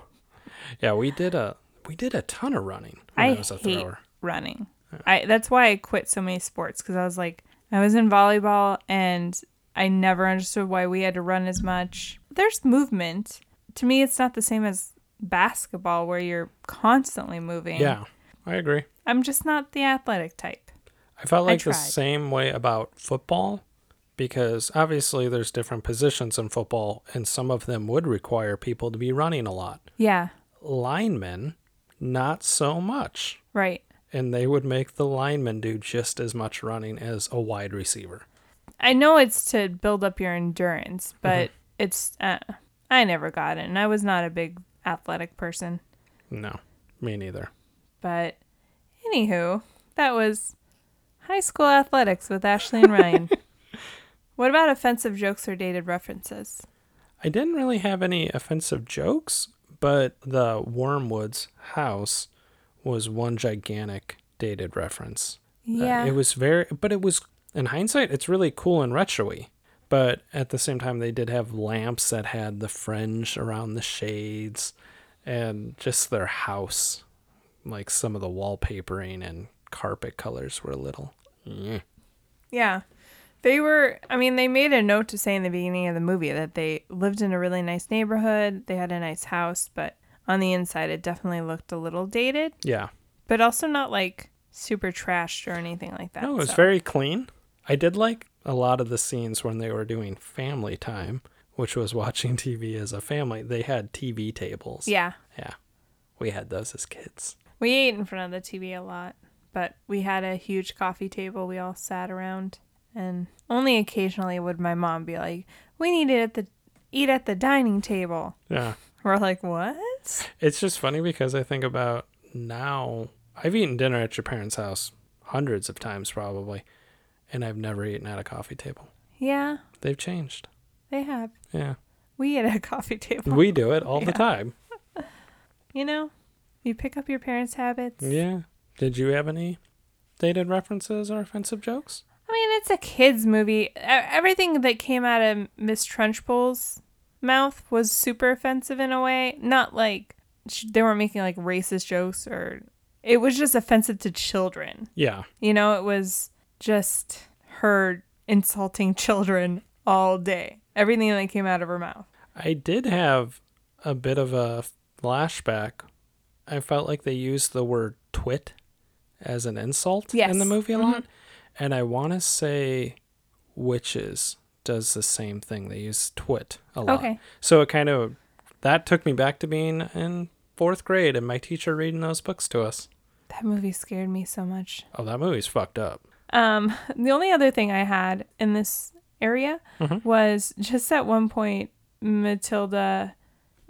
B: Yeah, we did a we did a ton of running when I,
A: I
B: was a
A: hate
B: thrower.
A: running. I that's why I quit so many sports because I was like I was in volleyball and I never understood why we had to run as much. There's movement. To me, it's not the same as basketball where you're constantly moving.
B: Yeah, I agree.
A: I'm just not the athletic type.
B: I felt like the
A: tried.
B: same way about football because obviously there's different positions in football and some of them would require people to be running a lot.
A: Yeah.
B: Linemen, not so much.
A: Right.
B: And they would make the linemen do just as much running as a wide receiver.
A: I know it's to build up your endurance, but it's uh, I never got it, and I was not a big athletic person.
B: No, me neither.
A: But anywho, that was high school athletics with Ashley and Ryan. what about offensive jokes or dated references?
B: I didn't really have any offensive jokes, but the Wormwoods house was one gigantic dated reference. Uh,
A: Yeah,
B: it was very, but it was, in hindsight, it's really cool and retro But at the same time, they did have lamps that had the fringe around the shades and just their house. Like some of the wallpapering and carpet colors were a little. eh.
A: yeah. They were. I mean, they made a note to say in the beginning of the movie that they lived in a really nice neighborhood. They had a nice house, but on the inside, it definitely looked a little dated.
B: Yeah.
A: but also not like super trashed or anything like that.
B: No, it was
A: so-
B: very clean. I did like a lot of the scenes when they were doing family time, which was watching TV as a family. They had TV tables.
A: Yeah,
B: Yeah. We had those as kids.
A: we ate in front of the TV a lot, but we had a huge coffee table. We all sat around, and only occasionally would my mom be like, "We need to eat at the eat at the dining table."
B: Yeah.
A: We're like, "What?"
B: It's just funny because I think about now, I've eaten dinner at your parents' house hundreds of times probably, and I've never eaten at a coffee table.
A: Yeah,
B: They've changed.
A: they have.
B: Yeah.
A: We ate at a coffee table.
B: We do it all the time.
A: you know, you pick up your parents' habits.
B: Yeah. Did you have any dated references or offensive jokes?
A: I mean, it's a kids' movie. E- Everything that came out of Miss Trunchbull's mouth was super offensive in a way. Not like sh- they weren't making like racist jokes or it was just offensive to children.
B: Yeah.
A: You know, it was just her insulting children all day. Everything that came out of her mouth.
B: I did have a bit of a flashback. I felt like they used the word twit as an insult
A: Yes. Mm-hmm.
B: in the movie a lot. And I want to say witches does the same thing. They use twit a lot.
A: Okay.
B: So it kind of that took me back to being in fourth grade and my teacher reading those books to us.
A: That movie scared me so much.
B: Oh, that movie's fucked up.
A: Um, the only other thing I had in this area was just at one point Matilda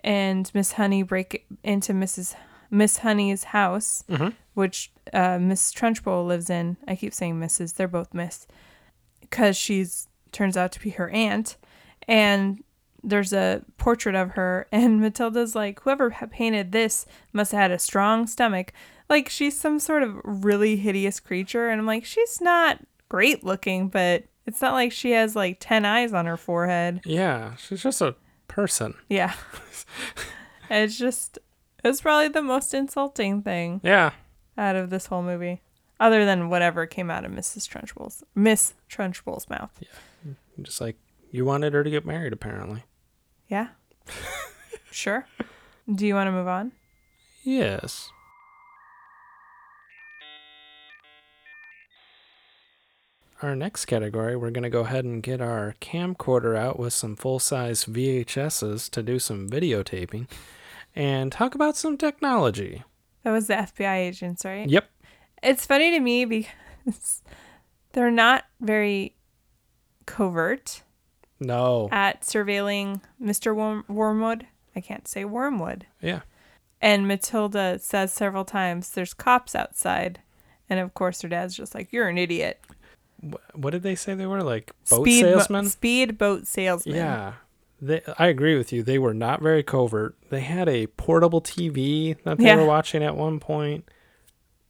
A: and Miss Honey break into Mrs. Miss Honey's house, which uh, Miss Trenchbowl lives in. I keep saying Mrs. They're both Miss, because she's turns out to be her aunt, and there's a portrait of her, and Matilda's like, whoever ha- painted this must have had a strong stomach. Like she's some sort of really hideous creature, and I'm like, she's not great looking, but it's not like she has like ten eyes on her forehead.
B: Yeah, she's just a person.
A: Yeah. it's just it was probably the most insulting thing
B: Yeah.
A: out of this whole movie. Other than whatever came out of Mrs. Trunchbull's Miss Trunchbull's mouth.
B: Just like you wanted her to get married, apparently.
A: Yeah. sure. Do you want to move on?
B: Yes. Our next category, we're going to go ahead and get our camcorder out with some full size VHSs to do some videotaping and talk about some technology.
A: That was the FBI agents, right?
B: Yep.
A: It's funny to me because they're not very covert
B: No.
A: at surveilling Mr. Worm- Wormwood. I can't say Wormwood.
B: Yeah.
A: And Matilda says several times, there's cops outside. And of course, her dad's just like, you're an idiot.
B: Wh- What did they say they were? Like boat
A: Speed bo-
B: salesmen?
A: speed boat salesman.
B: Yeah. They, I agree with you. They were not very covert. They had a portable TV that they
A: Yeah.
B: were watching at one point.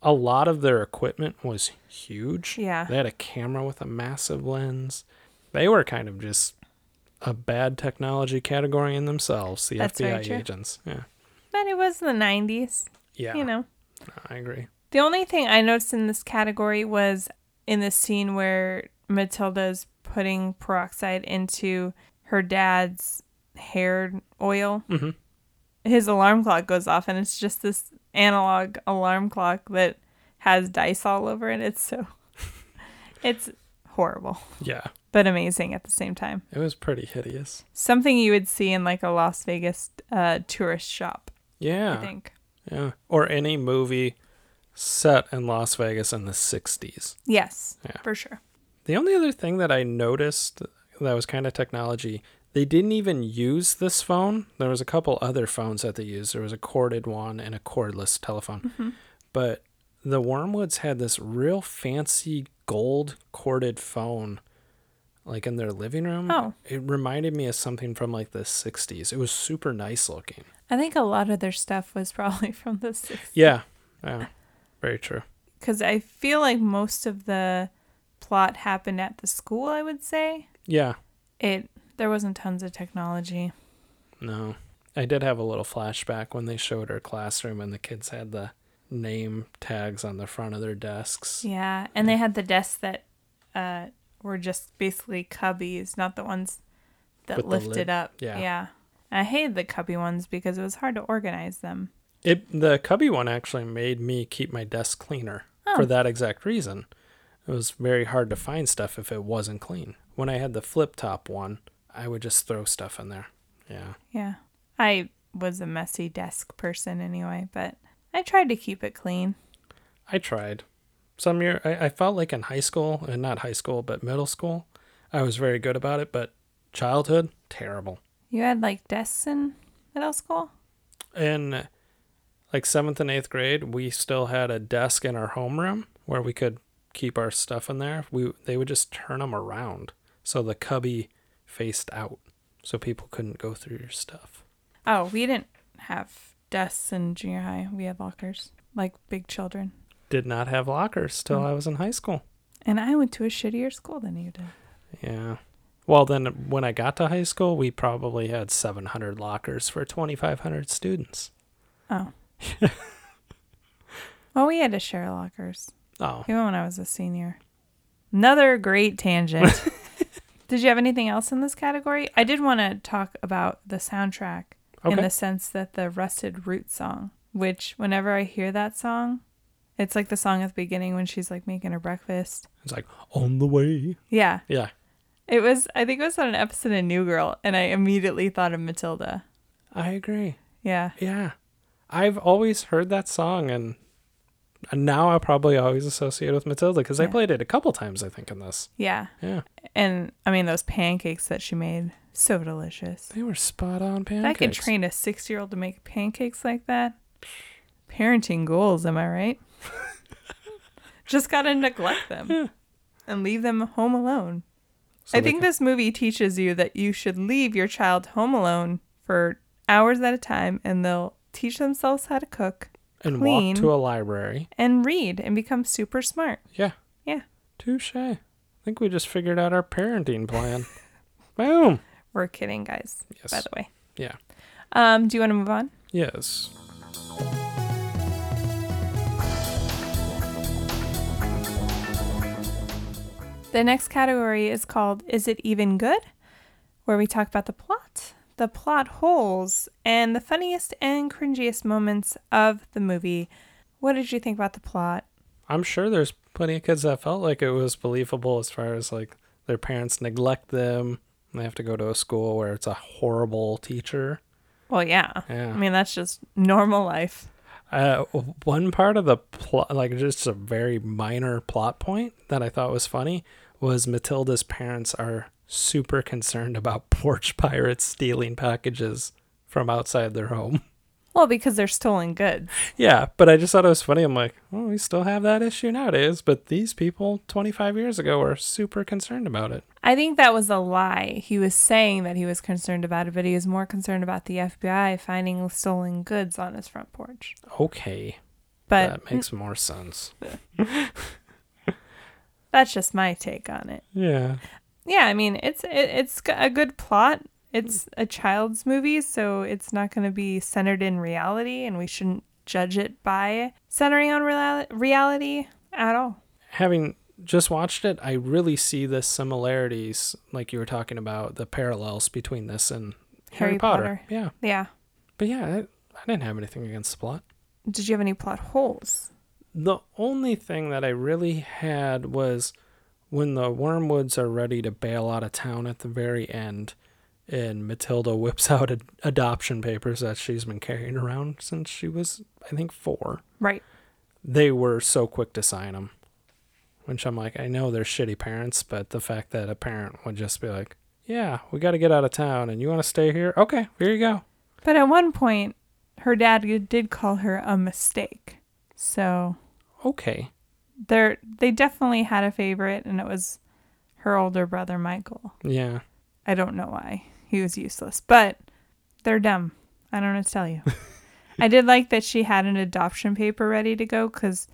B: A lot of their equipment was huge.
A: Yeah.
B: They had a camera with a massive lens. They were kind of just a bad technology category in themselves, the
A: That's very
B: FBI
A: true.
B: agents. Yeah.
A: But it was the 90s,
B: Yeah.
A: you know.
B: I agree.
A: The only thing I noticed in this category was in the scene where Matilda's putting peroxide into her dad's hair oil.
B: Mhm.
A: His alarm clock goes off, and it's just this analog alarm clock that has dice all over it. It's so, it's horrible,
B: Yeah.
A: but amazing at the same time.
B: It was pretty hideous.
A: Something you would see in like a Las Vegas uh, tourist shop,
B: Yeah.
A: I think.
B: Yeah. Or any movie set in Las Vegas in the 60s.
A: Yes,
B: Yeah.
A: for sure.
B: The only other thing that I noticed that was kind of technology, they didn't even use this phone. There was a couple other phones that they used. There was a corded one and a cordless telephone. But the Wormwoods had this real fancy gold corded phone like in their living room.
A: Oh.
B: It reminded me of something from like the 60s. It was super nice looking.
A: I think a lot of their stuff was probably from the 60s.
B: Yeah. Yeah. Very true.
A: Because I feel like most of the plot happened at the school, I would say.
B: Yeah.
A: It There wasn't tons of technology.
B: No. I did have a little flashback when they showed her classroom and the kids had the name tags on the front of their desks.
A: Yeah. And they had the desks that uh, were just basically cubbies, not the ones that
B: With the lid.
A: lifted up.
B: Yeah.
A: Yeah. I hated the cubby ones because it was hard to organize them.
B: It the cubby one actually made me keep my desk cleaner for that exact reason. It was very hard to find stuff if it wasn't clean. When I had the flip top one, I would just throw stuff in there. Yeah.
A: Yeah. I was a messy desk person anyway, but I tried to keep it clean.
B: I tried. Some year I, I felt like in high school, and not high school, but middle school, I was very good about it, but childhood, terrible.
A: You had like desks in middle school?
B: in like seventh and eighth grade, we still had a desk in our homeroom where we could keep our stuff in there. We they would just turn them around so the cubby faced out, so people couldn't go through your stuff.
A: Oh, we didn't have desks in junior high. We had lockers, like big children.
B: Did not have lockers till I was in high school.
A: And I went to a shittier school than you did.
B: Yeah. Well, then when I got to high school, we probably had 700 lockers for 2,500 students.
A: Oh. well, we had to share lockers,
B: Oh,
A: even when I was a senior. Another great tangent. did you have anything else in this category? I did want to talk about the soundtrack in
B: Okay.
A: the sense that the Rusted Root song, which whenever I hear that song, it's like the song at the beginning when she's like making her breakfast.
B: it's like on the way.
A: Yeah.
B: Yeah.
A: It was, I think it was on an episode of New Girl, and I immediately thought of Matilda.
B: I agree.
A: Yeah.
B: Yeah. I've always heard that song and and now I probably always associate it with Matilda because I
A: Yeah.
B: played it a couple times I think in this.
A: Yeah.
B: Yeah.
A: And I mean, those pancakes that she made, so delicious.
B: They were spot on
A: If
B: pancakes.
A: I could train a six year old to make pancakes like that, parenting goals, am I right? Just got to neglect them and leave them home alone.
B: So
A: I
B: they
A: think
B: can-
A: this movie teaches you that you should leave your child home alone for hours at a time and they'll teach themselves how to cook
B: and
A: clean-
B: walk to a library.
A: and read and become super smart.
B: Yeah,
A: Yeah.
B: touche. I think we just figured out our parenting plan. Boom.
A: We're kidding, guys,
B: Yes.
A: by the way.
B: Yeah.
A: Um, do you want to move on?
B: Yes.
A: The next category is called Is It Even Good? where we talk about the plot, the plot holes, and the funniest and cringiest moments of the movie. What did you think about the plot?
B: I'm sure there's plenty of kids that felt like it was believable as far as like their parents neglect them. and They have to go to a school where it's a horrible teacher.
A: Well, yeah.
B: Yeah.
A: I mean, that's just normal life.
B: Uh, one part of the plot, like just a very minor plot point that I thought was funny, was Matilda's parents are super concerned about porch pirates stealing packages from outside their home.
A: Well, because they're stolen goods.
B: yeah, but I just thought it was funny. I'm like, oh, we still have that issue nowadays, but these people 25 years ago were super concerned about it.
A: I think that was a lie. He was saying that he was concerned about it, but he was more concerned about the FBI finding stolen goods on his front porch.
B: Okay,
A: But
B: that makes more sense.
A: that's just my take on it.
B: Yeah.
A: yeah i mean it's it, it's g- a good plot it's a child's movie so it's not going to be centered in reality and we shouldn't judge it by centering on reali- reality at all
B: having just watched it, I really see the similarities, like you were talking about, the parallels between this and Harry,
A: Harry
B: Potter.
A: Potter.
B: Yeah.
A: yeah
B: But yeah, I, I didn't have anything against the plot.
A: did you have any plot holes
B: The only thing that I really had was when the Wormwoods are ready to bail out of town at the very end, and Matilda whips out ad- adoption papers that she's been carrying around since she was, I think, four.
A: right
B: they were so quick to sign them. Which I'm like, I know they're shitty parents, but the fact that a parent would just be like, yeah, we got to get out of town and you want to stay here? Okay, here you go.
A: but at one point her dad g- did call her a mistake so
B: Okay.
A: they they definitely had a favorite and it was her older brother michael
B: Yeah.
A: I don't know why. He was useless, but they're dumb. I don't know what to tell you. I did like that she had an adoption paper ready to go because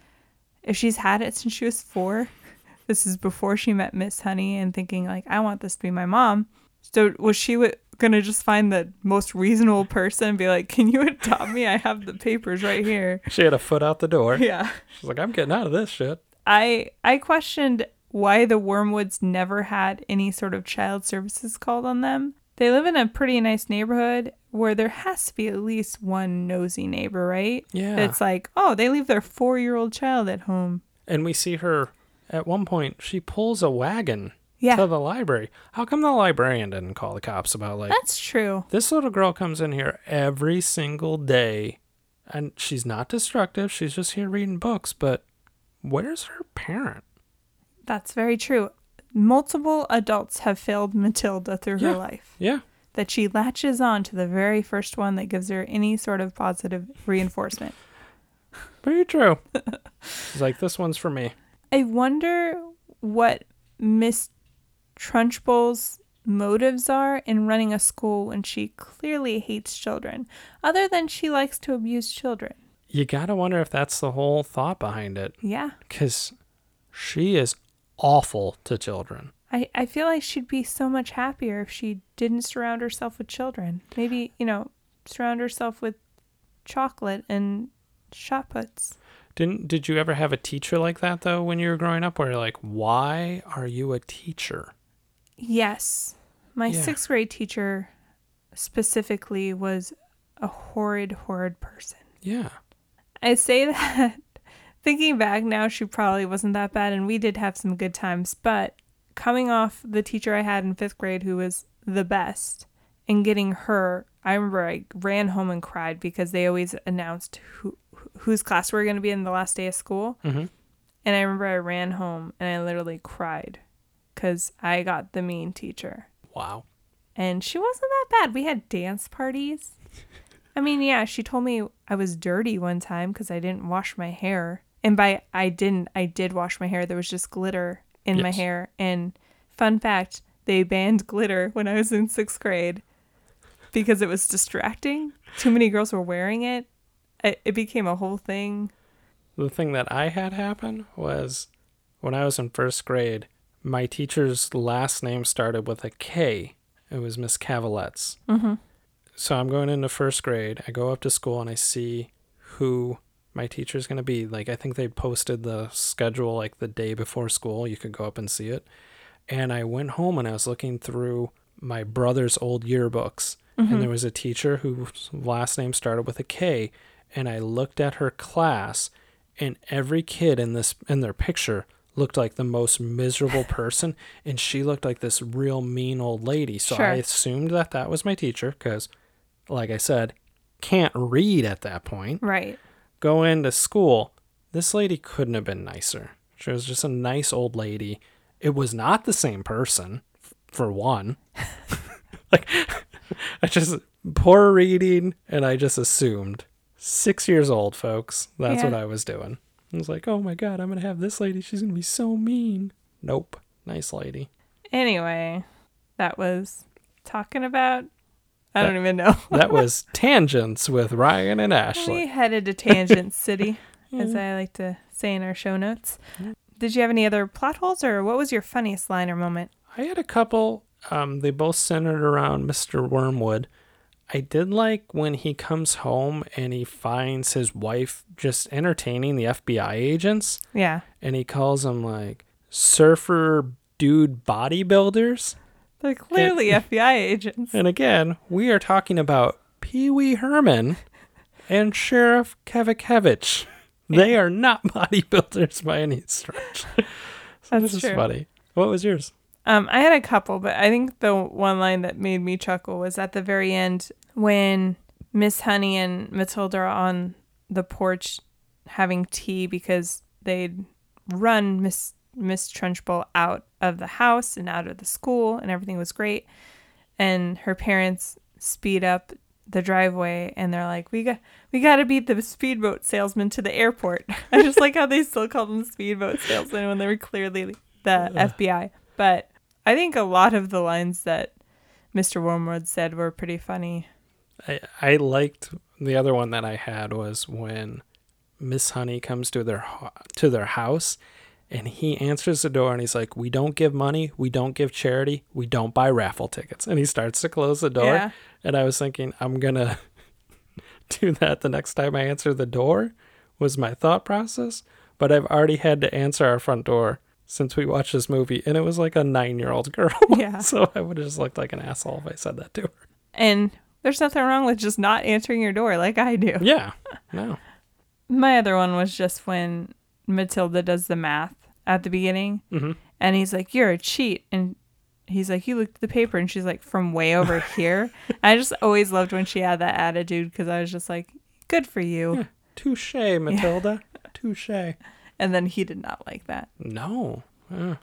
A: if she's had it since she was four, this is before she met Miss Honey and thinking, like, I want this to be my mom. So was she w- going to just find the most reasonable person and be like, Can you adopt me? I have the papers right here.
B: She had a foot out the door.
A: Yeah.
B: She's like, I'm getting out of this shit.
A: I I questioned why the Wormwoods never had any sort of child services called on them. They live in a pretty nice neighborhood where there has to be at least one nosy neighbor, right?
B: Yeah.
A: It's like, oh, they leave their four year old child at home.
B: And we see her at one point, she pulls a wagon
A: Yeah.
B: to the library. How come the librarian didn't call the cops about, like,
A: That's true.
B: this little girl comes in here every single day and she's not destructive she's just here reading books but where's her parent
A: That's very true. Multiple adults have failed Matilda through her
B: Yeah.
A: life.
B: yeah
A: That she latches on to the very first one that gives her any sort of positive reinforcement.
B: very true she's like this one's for me
A: I wonder what Miss Trunchbull's motives are in running a school when she clearly hates children, other than she likes to abuse children.
B: you gotta wonder if that's the whole thought behind it
A: Yeah.
B: because she is awful to children
A: I, I feel like she'd be so much happier if she didn't surround herself with children. Maybe, you know, surround herself with chocolate and shot puts.
B: didn't did you ever have a teacher like that though when you were growing up where you're like why are you a teacher
A: Yes. My
B: Yeah.
A: sixth grade teacher specifically was a horrid, horrid person.
B: yeah
A: I say that thinking back now, she probably wasn't that bad, and we did have some good times. But coming off the teacher I had in fifth grade, who was the best, and getting her, I remember I ran home and cried because they always announced who whose class we were going to be in the last day of school.
B: Mhm.
A: And I remember I ran home and I literally cried because I got the mean teacher.
B: Wow.
A: And she wasn't that bad. We had dance parties. I mean, yeah, she told me I was dirty one time because I didn't wash my hair. And by I didn't, I did wash my hair. There was just glitter in my
B: Yes.
A: hair. And fun fact, they banned glitter when I was in sixth grade because it was distracting. Too many girls were wearing it. It, it became a whole thing.
B: The thing that I had happen was when I was in first grade, my teacher's last name started with a K. It was Miss Cavalette's. Mm-hmm. So I'm going into first grade. I go up to school and I see who my teacher's going to be. Like, I think they posted the schedule like the day before school. You could go up and see it. And I went home and I was looking through my brother's old yearbooks. And there was a teacher whose last name started with a K. And I looked at her class, and every kid in this in their picture looked like the most miserable person and she looked like this real mean old lady so
A: Sure.
B: i assumed that that was my teacher because like i said can't read at that point
A: Right.
B: go into school, this lady couldn't have been nicer. She was just a nice old lady. It was not the same person, f- for one. like, I just, poor reading, and I just assumed. Six years old, folks. That's
A: Yeah.
B: what I was doing. I was like, oh my God, I'm going to have this lady. She's going to be so mean. Nope. Nice lady.
A: Anyway, that was talking about. I don't even know.
B: That was Tangents with Ryan and
A: We
B: Ashley.
A: headed to Tangent City, as I like to say in our show notes. Did you have any other plot holes, or what was your funniest line or moment?
B: I had a couple. Um, they both centered around Mr. Wormwood. I did like when he comes home and he finds his wife just entertaining the FBI agents,
A: Yeah,
B: and he calls them like surfer dude bodybuilders.
A: they're clearly FBI agents.
B: And again, we are talking about Pee Wee Herman and Sheriff Kevikevich. They are not bodybuilders by any stretch. so
A: That's
B: this
A: true.
B: is funny. What was yours?
A: Um, I had a couple, but I think the one line that made me chuckle was at the very end when Miss Honey and Matilda are on the porch having tea because they'd run Miss Miss Trunchbull out of the house and out of the school, and everything was great. And her parents speed up the driveway, and they're like, "We got we got to beat the speedboat salesman to the airport." I just like how they still called them speedboat salesman when they were clearly the FBI. But I think a lot of the lines that Mr. Wormwood said were pretty funny.
B: I, I liked the other one that I had was when Miss Honey comes to their ho- to their house and he answers the door and he's like, "We don't give money, we don't give charity, we don't buy raffle tickets." And he starts to close the door
A: Yeah.
B: and I was thinking, "I'm going to do that the next time I answer the door." Was my thought process, but I've already had to answer our front door since we watched this movie and it was like a 9-year-old girl.
A: Yeah.
B: so I would have just looked like an asshole if I said that to her.
A: And there's nothing wrong with just not answering your door like I do.
B: Yeah. No.
A: My other one was just when Matilda does the math at the beginning and he's like, You're a cheat. And he's like, You looked at the paper. And she's like, From way over here. I just always loved when she had that attitude because I was just like, Good for you.
B: Touche, Matilda. Touche.
A: And then he did not like that.
B: No. Uh,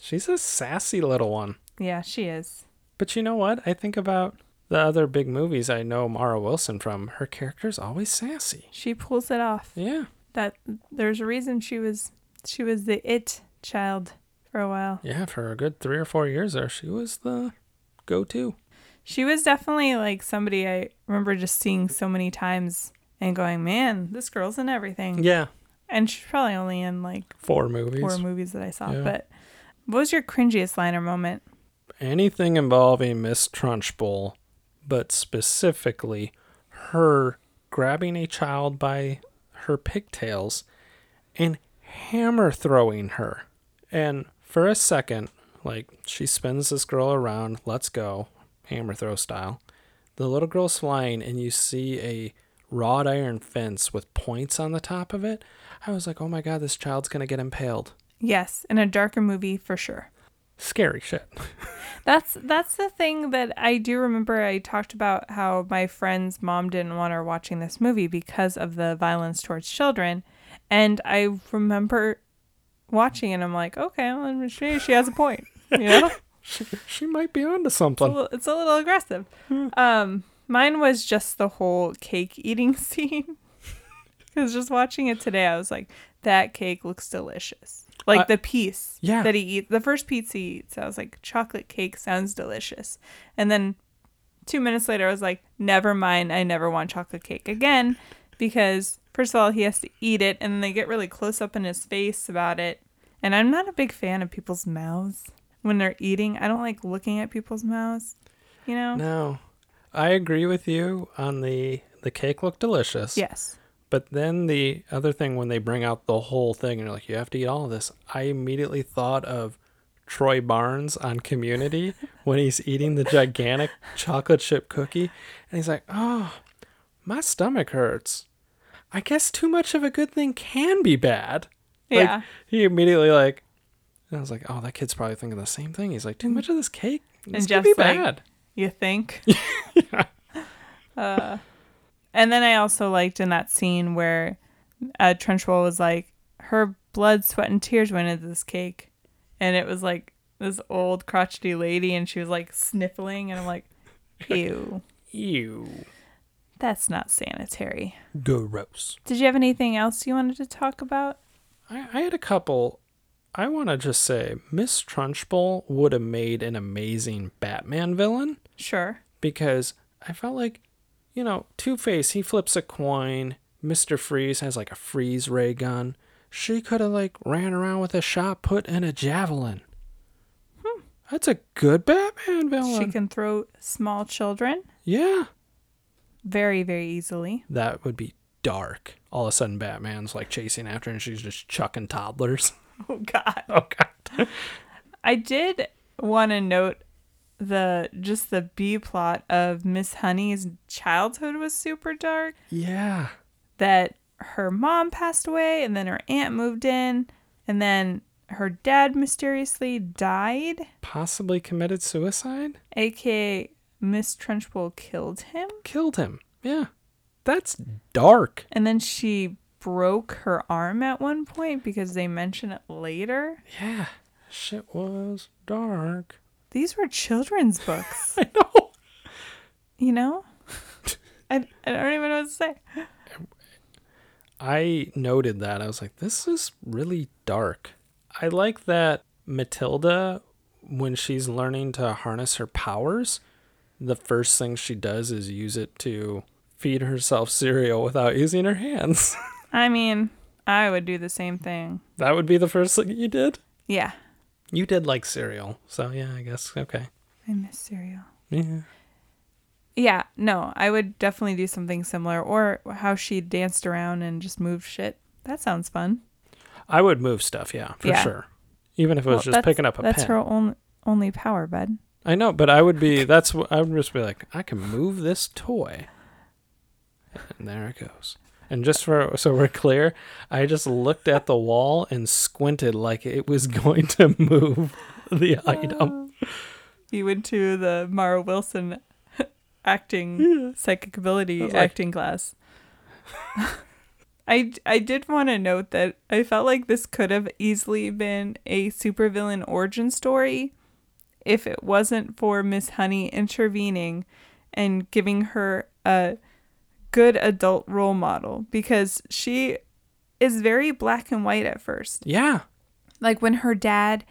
B: she's a sassy little one.
A: Yeah, she is.
B: But you know what? I think about the other big movies I know Mara Wilson from. Her character's always sassy.
A: She pulls it off.
B: Yeah.
A: that there's a reason she was she was the it child for a while.
B: Yeah, for a good three or four years there, she was the go to.
A: She was definitely like somebody I remember just seeing so many times and going, "Man, this girl's in everything."
B: Yeah.
A: And she's probably only in like
B: Four movies.
A: four movies that I saw.
B: Yeah.
A: But what was your cringiest line or moment?
B: Anything involving Miss Trunchbull, but specifically her grabbing a child by her pigtails and hammer throwing her. And for a second, like she spins this girl around, let's go, hammer throw style. The little girl's flying, and you see a wrought iron fence with points on the top of it. I was like, oh my god, this child's gonna get impaled.
A: Yes, in a darker movie for sure.
B: Scary shit.
A: That's that's the thing that I do remember I talked about how my friend's mom didn't want her watching this movie because of the violence towards children. And I remember watching and I'm like, okay, well, she, she has a point. You know?
B: She, she might be onto
A: a
B: something.
A: little- it's a little aggressive.
B: Hmm.
A: Um, mine was just the whole cake eating scene. Because just watching it today, I was like, that cake looks delicious. Like
B: Uh,
A: the piece
B: yeah.
A: that he eats, the first pizza he eats, I was like, chocolate cake sounds delicious. And then two minutes later, I was like, never mind, I never want chocolate cake again. Because first of all, he has to eat it, and then they get really close up in his face about it. And I'm not a big fan of people's mouths when they're eating. I don't like looking at people's mouths, you know?
B: No, I agree with you on the the cake looked delicious.
A: Yes.
B: But then the other thing when they bring out the whole thing and you're like, you have to eat all of this. I immediately thought of Troy Barnes on Community when he's eating the gigantic chocolate chip cookie, and he's like, oh, my stomach hurts. I guess too much of a good thing can be bad. Like,
A: Yeah.
B: He immediately like, and I was like, oh, that kid's probably thinking the same thing. He's like, too much of this cake. This could be
A: Mm. Jeff's like,
B: bad.
A: You think? Uh, and then I also liked in that scene where uh, Trenchwell was like, her blood, sweat, and tears went into this cake. And it was like this old crotchety lady, and she was like sniffling. And I'm like, ew,
B: Ew.
A: that's not sanitary.
B: Gross.
A: Did you have anything else you wanted to talk about?
B: I, I had a couple. I want to just say Miss Trunchbull would have made an amazing Batman villain
A: Sure.
B: because I felt like, you know, Two Face, he flips a coin. Mr. Freeze has like a freeze ray gun. She could have like ran around with a shot put and a javelin. Hmm, That's a good Batman
A: She
B: villain.
A: can throw small children
B: yeah.
A: very, very easily.
B: That would be dark. All of a sudden, Batman's like chasing after her and she's just chucking toddlers.
A: Oh, God.
B: Oh, God.
A: I did want to note the just the B plot of Miss Honey's childhood was super dark.
B: yeah.
A: That her mom passed away, and then her aunt moved in, and then her dad mysteriously died,
B: possibly committed suicide?
A: aka Miss Trenchbull killed him,
B: Killed him. Yeah. That's dark.
A: and then she broke her arm at one point because they mention it later.
B: Yeah. Shit was dark.
A: These were children's books,
B: I know.
A: you know. I, I don't even know what to say.
B: I noted that. I was like, this is really dark. I like that Matilda, when she's learning to harness her powers, the first thing she does is use it to feed herself cereal without using her hands.
A: I mean, I would do the same thing.
B: that would be the first thing you did.
A: Yeah,
B: You did like cereal. So, yeah, I guess. Okay.
A: I miss cereal.
B: Yeah.
A: Yeah, no, I would definitely do something similar or how she danced around and just moved shit. That sounds fun.
B: I would move stuff, yeah, for
A: Yeah.
B: sure. Even if it was
A: Well,
B: just
A: that's-
B: picking up a
A: That's
B: pen.
A: her only, only power, bud.
B: I know, but I would be. That's what I would just be like. I can move this toy, and there it goes. And just for so we're clear, I just looked at the wall and squinted like it was going to move the item.
A: You went to the Mara Wilson acting psychic ability
B: I was like-
A: acting class. I, I did want to note that I felt like this could have easily been a supervillain origin story if it wasn't for Miss Honey intervening and giving her a good adult role model because she is very black and white at first
B: Yeah,
A: like when her dad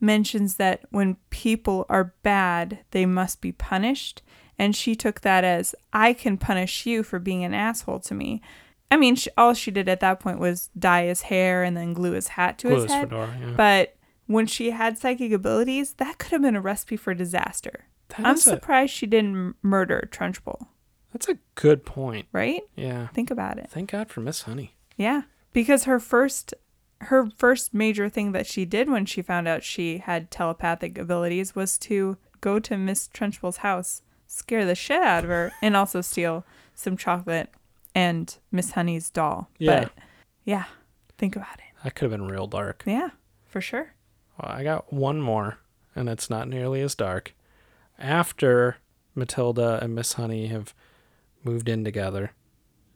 A: mentions that when people are bad, they must be punished. And she took that as, I can punish you for being an asshole to me. I mean, she, all she did at that point was dye his hair and then glue his hat to
B: Glue
A: his
B: his
A: head.
B: fedora, yeah.
A: But when she had psychic abilities, that could have been a recipe for disaster.
B: That
A: I'm
B: is a-
A: surprised she didn't m- murder Trunchbull,
B: that's a good point.
A: right?
B: Yeah,
A: Think about it.
B: thank God for Miss Honey.
A: Yeah, because her first her first major thing that she did when she found out she had telepathic abilities was to go to Miss Trenchbull's house, scare the shit out of her, and also steal some chocolate and Miss Honey's doll.
B: Yeah.
A: But yeah, think about it.
B: That could have been real dark.
A: Yeah, for sure.
B: Well, I got one more, and it's not nearly as dark. After Matilda and Miss Honey have moved in together,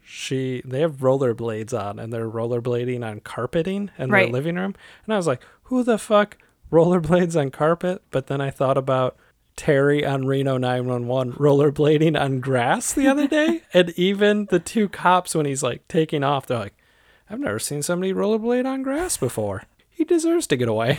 B: she they have rollerblades on, and they're rollerblading on carpeting in
A: Right.
B: their living room. And I was like, "Who the fuck rollerblades on carpet, but then I thought about Terry on Reno 911 rollerblading on grass the other day. and even the two cops, when he's like taking off, they're like, I've never seen somebody rollerblade on grass before. He deserves to get away.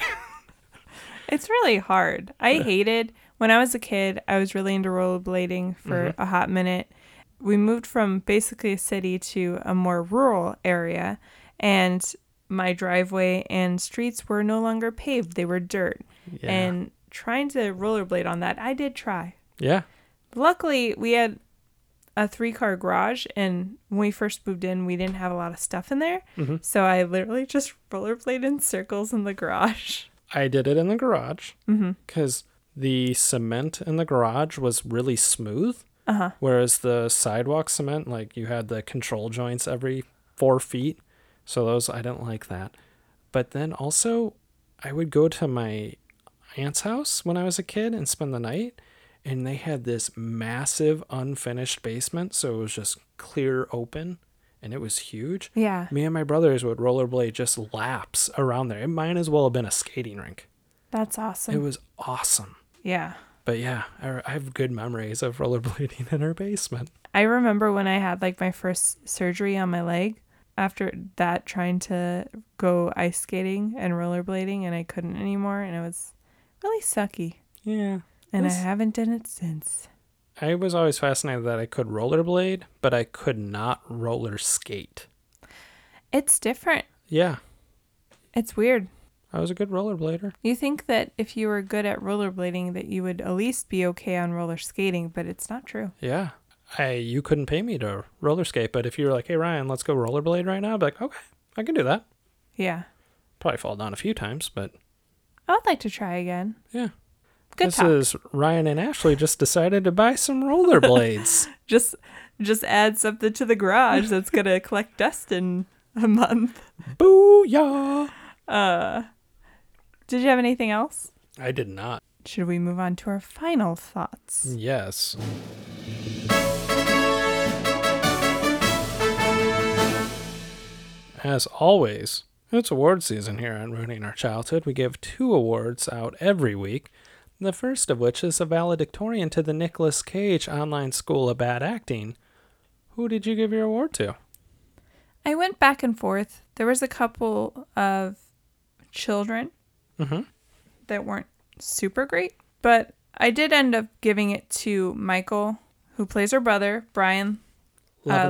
A: It's really hard. I hated when I was a kid, I was really into rollerblading for
B: Mm-hmm.
A: a hot minute. We moved from basically a city to a more rural area, and my driveway and streets were no longer paved, they were dirt.
B: Yeah.
A: And trying to rollerblade on that, I did try.
B: yeah.
A: Luckily, we had a three car garage, and when we first moved in, we didn't have a lot of stuff in there.
B: Mm-hmm.
A: So I literally just rollerblade in circles in the garage.
B: I did it in the garage because the cement in the garage was really smooth. Uh-huh. Whereas the sidewalk cement, like you had the control joints every four feet. So those, I didn't like that. But then also, I would go to my aunt's house when I was a kid and spend the night. And they had this massive unfinished basement. So it was just clear open and it was huge.
A: Yeah.
B: Me and my brothers would rollerblade just laps around there. It might as well have been a skating rink.
A: That's awesome.
B: It was awesome.
A: yeah.
B: But yeah, I, I have good memories of rollerblading in her basement.
A: I remember when I had like my first surgery on my leg. After that, trying to go ice skating and rollerblading, and I couldn't anymore, and it was really sucky.
B: Yeah.
A: And I
B: Yes.
A: haven't done it since.
B: I was always fascinated that I could rollerblade, but I could not roller skate.
A: It's different.
B: Yeah,
A: It's weird.
B: I was a good rollerblader.
A: You think that if you were good at rollerblading, that you would at least be okay on roller skating, but it's not true.
B: Yeah. I you couldn't pay me to roller skate, but if you were like, "Hey Ryan, let's go rollerblade right now," I'd be like, "Okay, I can do that."
A: Yeah,
B: Probably fall down a few times, but
A: I would like to try again.
B: yeah.
A: Good
B: this
A: talk.
B: is Ryan and Ashley just decided to buy some rollerblades.
A: Just, just add something to the garage that's gonna collect dust in a month.
B: Booyah!
A: Uh, did you have anything else?
B: I did not.
A: Should we move on to our final
B: Mm.
A: thoughts?
B: Yes. As always, it's award season here on Ruining Our Childhood. We give two awards out every week. The first of which is a valedictorian to the Nicolas Cage Online School of Bad Acting. Who did you give your award to?
A: I went back and forth. There was a couple of children
B: Mhm.
A: that weren't super great, but I did end up giving it to Michael, who plays her brother, Brian uh,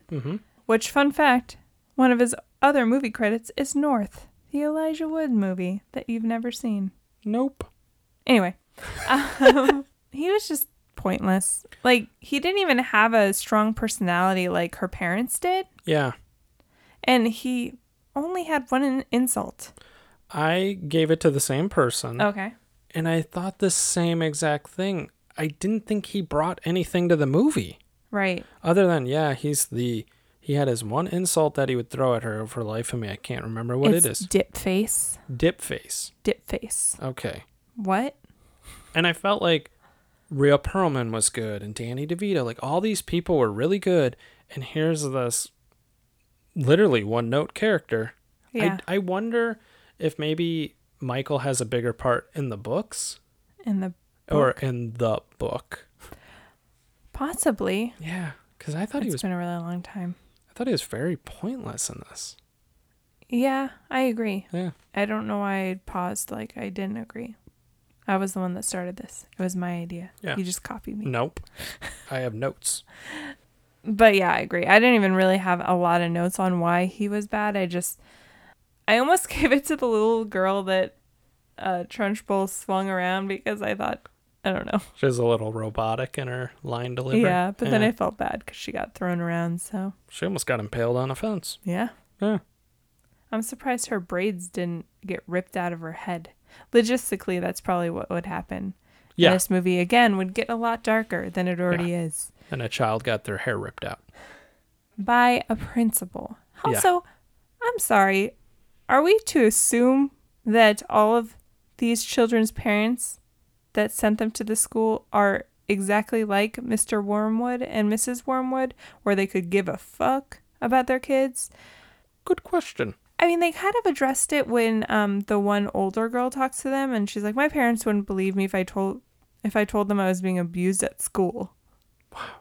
A: Levinson,
B: Mhm.
A: which, fun fact, one of his other movie credits is North, the Elijah Wood movie that you've never seen.
B: Nope.
A: Anyway, um, he was just pointless. Like, he didn't even have a strong personality like her parents did.
B: Yeah.
A: And he only had one in- insult.
B: I gave it to the same person.
A: Okay.
B: And I thought the same exact thing. I didn't think he brought anything to the movie.
A: Right.
B: Other than yeah, he's the he had his one insult that he would throw at her for life of me. I can't remember what
A: it's
B: it is.
A: Dip face.
B: Dip face.
A: Dip face.
B: Okay.
A: What?
B: And I felt like Rhea Perlman was good and Danny DeVito, like all these people were really good. And here's this literally one note character.
A: Yeah.
B: I, I wonder if maybe Michael has a bigger part in the books
A: in the
B: or in the book.
A: possibly.
B: Yeah, because I thought
A: It's
B: he was
A: been a really long time.
B: I thought he was very pointless in this.
A: Yeah, I agree.
B: Yeah.
A: I don't know why I paused. Like I didn't agree. I was the one that started this. It was my idea.
B: Yeah.
A: You just copied me.
B: Nope. I have notes.
A: But yeah, I agree. I didn't even really have a lot of notes on why he was bad. I just, I almost gave it to the little girl that uh, Trunchbull swung around because I thought, I don't know.
B: She's a little robotic in her line delivery.
A: Yeah, but then I felt bad because she got thrown around. So
B: she almost got impaled on a fence.
A: yeah,
B: Yeah.
A: I'm surprised her braids didn't get ripped out of her head. Logistically, that's probably what would happen. And
B: Yeah.
A: This movie again would get a lot darker than it already is
B: And a child got their hair ripped out.
A: by a principal.
B: Yeah.
A: Also, I'm sorry. Are we to assume that all of these children's parents that sent them to the school are exactly like Mr. Wormwood and Mrs. Wormwood, where they could give a fuck about their kids?
B: Good question.
A: I mean, they kind of addressed it when um, the one older girl talks to them, and she's like, "My parents wouldn't believe me if I told if I told them I was being abused at school."
B: Wow.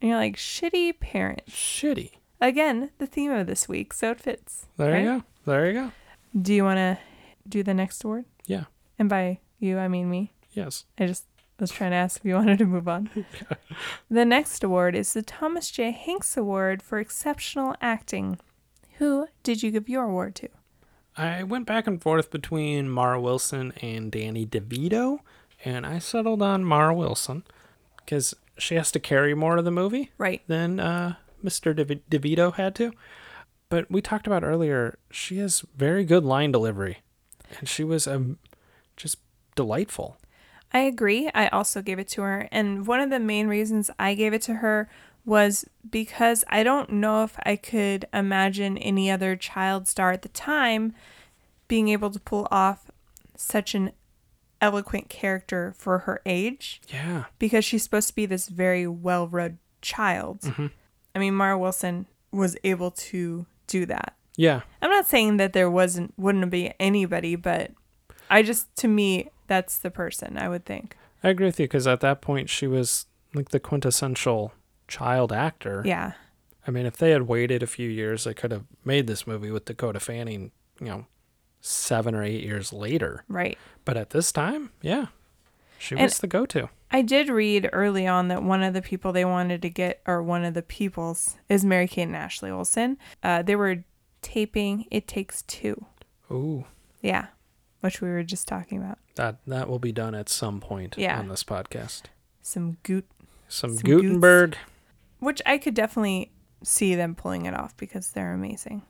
A: And you're like, "Shitty parents."
B: Shitty.
A: Again, the theme of this week, so it fits.
B: There you
A: right?
B: go. There you go.
A: Do you want to do the next word?
B: Yeah.
A: And by you, I mean me.
B: Yes.
A: I just was trying to ask if you wanted to move on. The next award is the Thomas J. Hanks Award for Exceptional Acting. Who did you give your award to?
B: I went back and forth between Mara Wilson and Danny DeVito, and I settled on Mara Wilson because she has to carry more of the movie
A: Right.
B: than uh, Mr. De- DeVito had to. But we talked about earlier, she has very good line delivery, and she was um, just delightful.
A: I agree. I also gave it to her. And one of the main reasons I gave it to her was because I don't know if I could imagine any other child star at the time being able to pull off such an eloquent character for her age.
B: Yeah.
A: because she's supposed to be this very well read child. I mean, Mara Wilson was able to do that.
B: Yeah.
A: I'm not saying that there wasn't wouldn't be anybody, but I just to me that's the person I would think.
B: I agree with you because at that point, she was like the quintessential child actor.
A: Yeah.
B: I mean, if they had waited a few years, they could have made this movie with Dakota Fanning, you know, seven or eight years later.
A: Right.
B: But at this time, yeah, she
A: And-
B: was the go to.
A: I did read early on that one of the people they wanted to get, or one of the peoples, is Mary Kate and Ashley Olsen. Uh, they were taping It Takes Two.
B: Ooh,
A: Yeah. Which we were just talking about.
B: that that will be done at some point
A: Yeah.
B: on this podcast.
A: Some goot
B: Some,
A: Some goots.
B: Gutenberg.
A: which I could definitely see them pulling it off because they're amazing,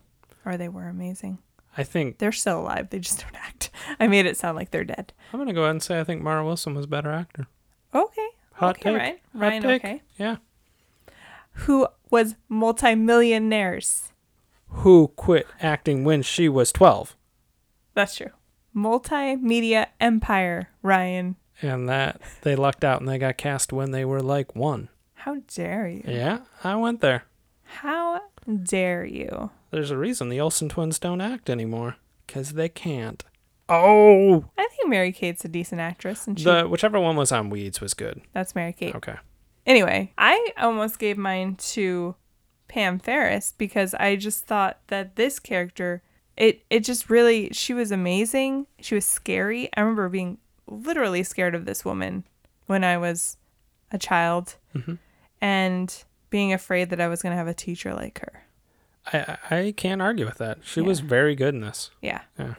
A: or they were amazing.
B: I think
A: They're still alive. They just don't act. I made it sound like they're dead.
B: I'm gonna go ahead and say I think Mara Wilson was a better actor.
A: Okay.
B: Hot
A: okay,
B: take.
A: Ryan.
B: Hot
A: Ryan,
B: take.
A: okay.
B: Yeah.
A: Who was multimillionaires?
B: Who quit acting when she was twelve?
A: That's true. Multimedia empire, Ryan.
B: And that they lucked out and they got cast when they were like one.
A: How dare you?
B: Yeah, I went there.
A: How dare you?
B: There's a reason the Olsen twins don't act anymore. 'Cause they can't. Oh,
A: I think Mary Kate's a decent actress, and she,
B: the whichever one was on Weeds was good.
A: that's Mary Kate.
B: Okay.
A: Anyway, I almost gave mine to Pam Ferris because I just thought that this character it it just really she was amazing. She was scary. I remember being literally scared of this woman when I was a child and being afraid that I was going to have a teacher like her.
B: I I I can't argue with that. She was very good in this.
A: Yeah.
B: Yeah.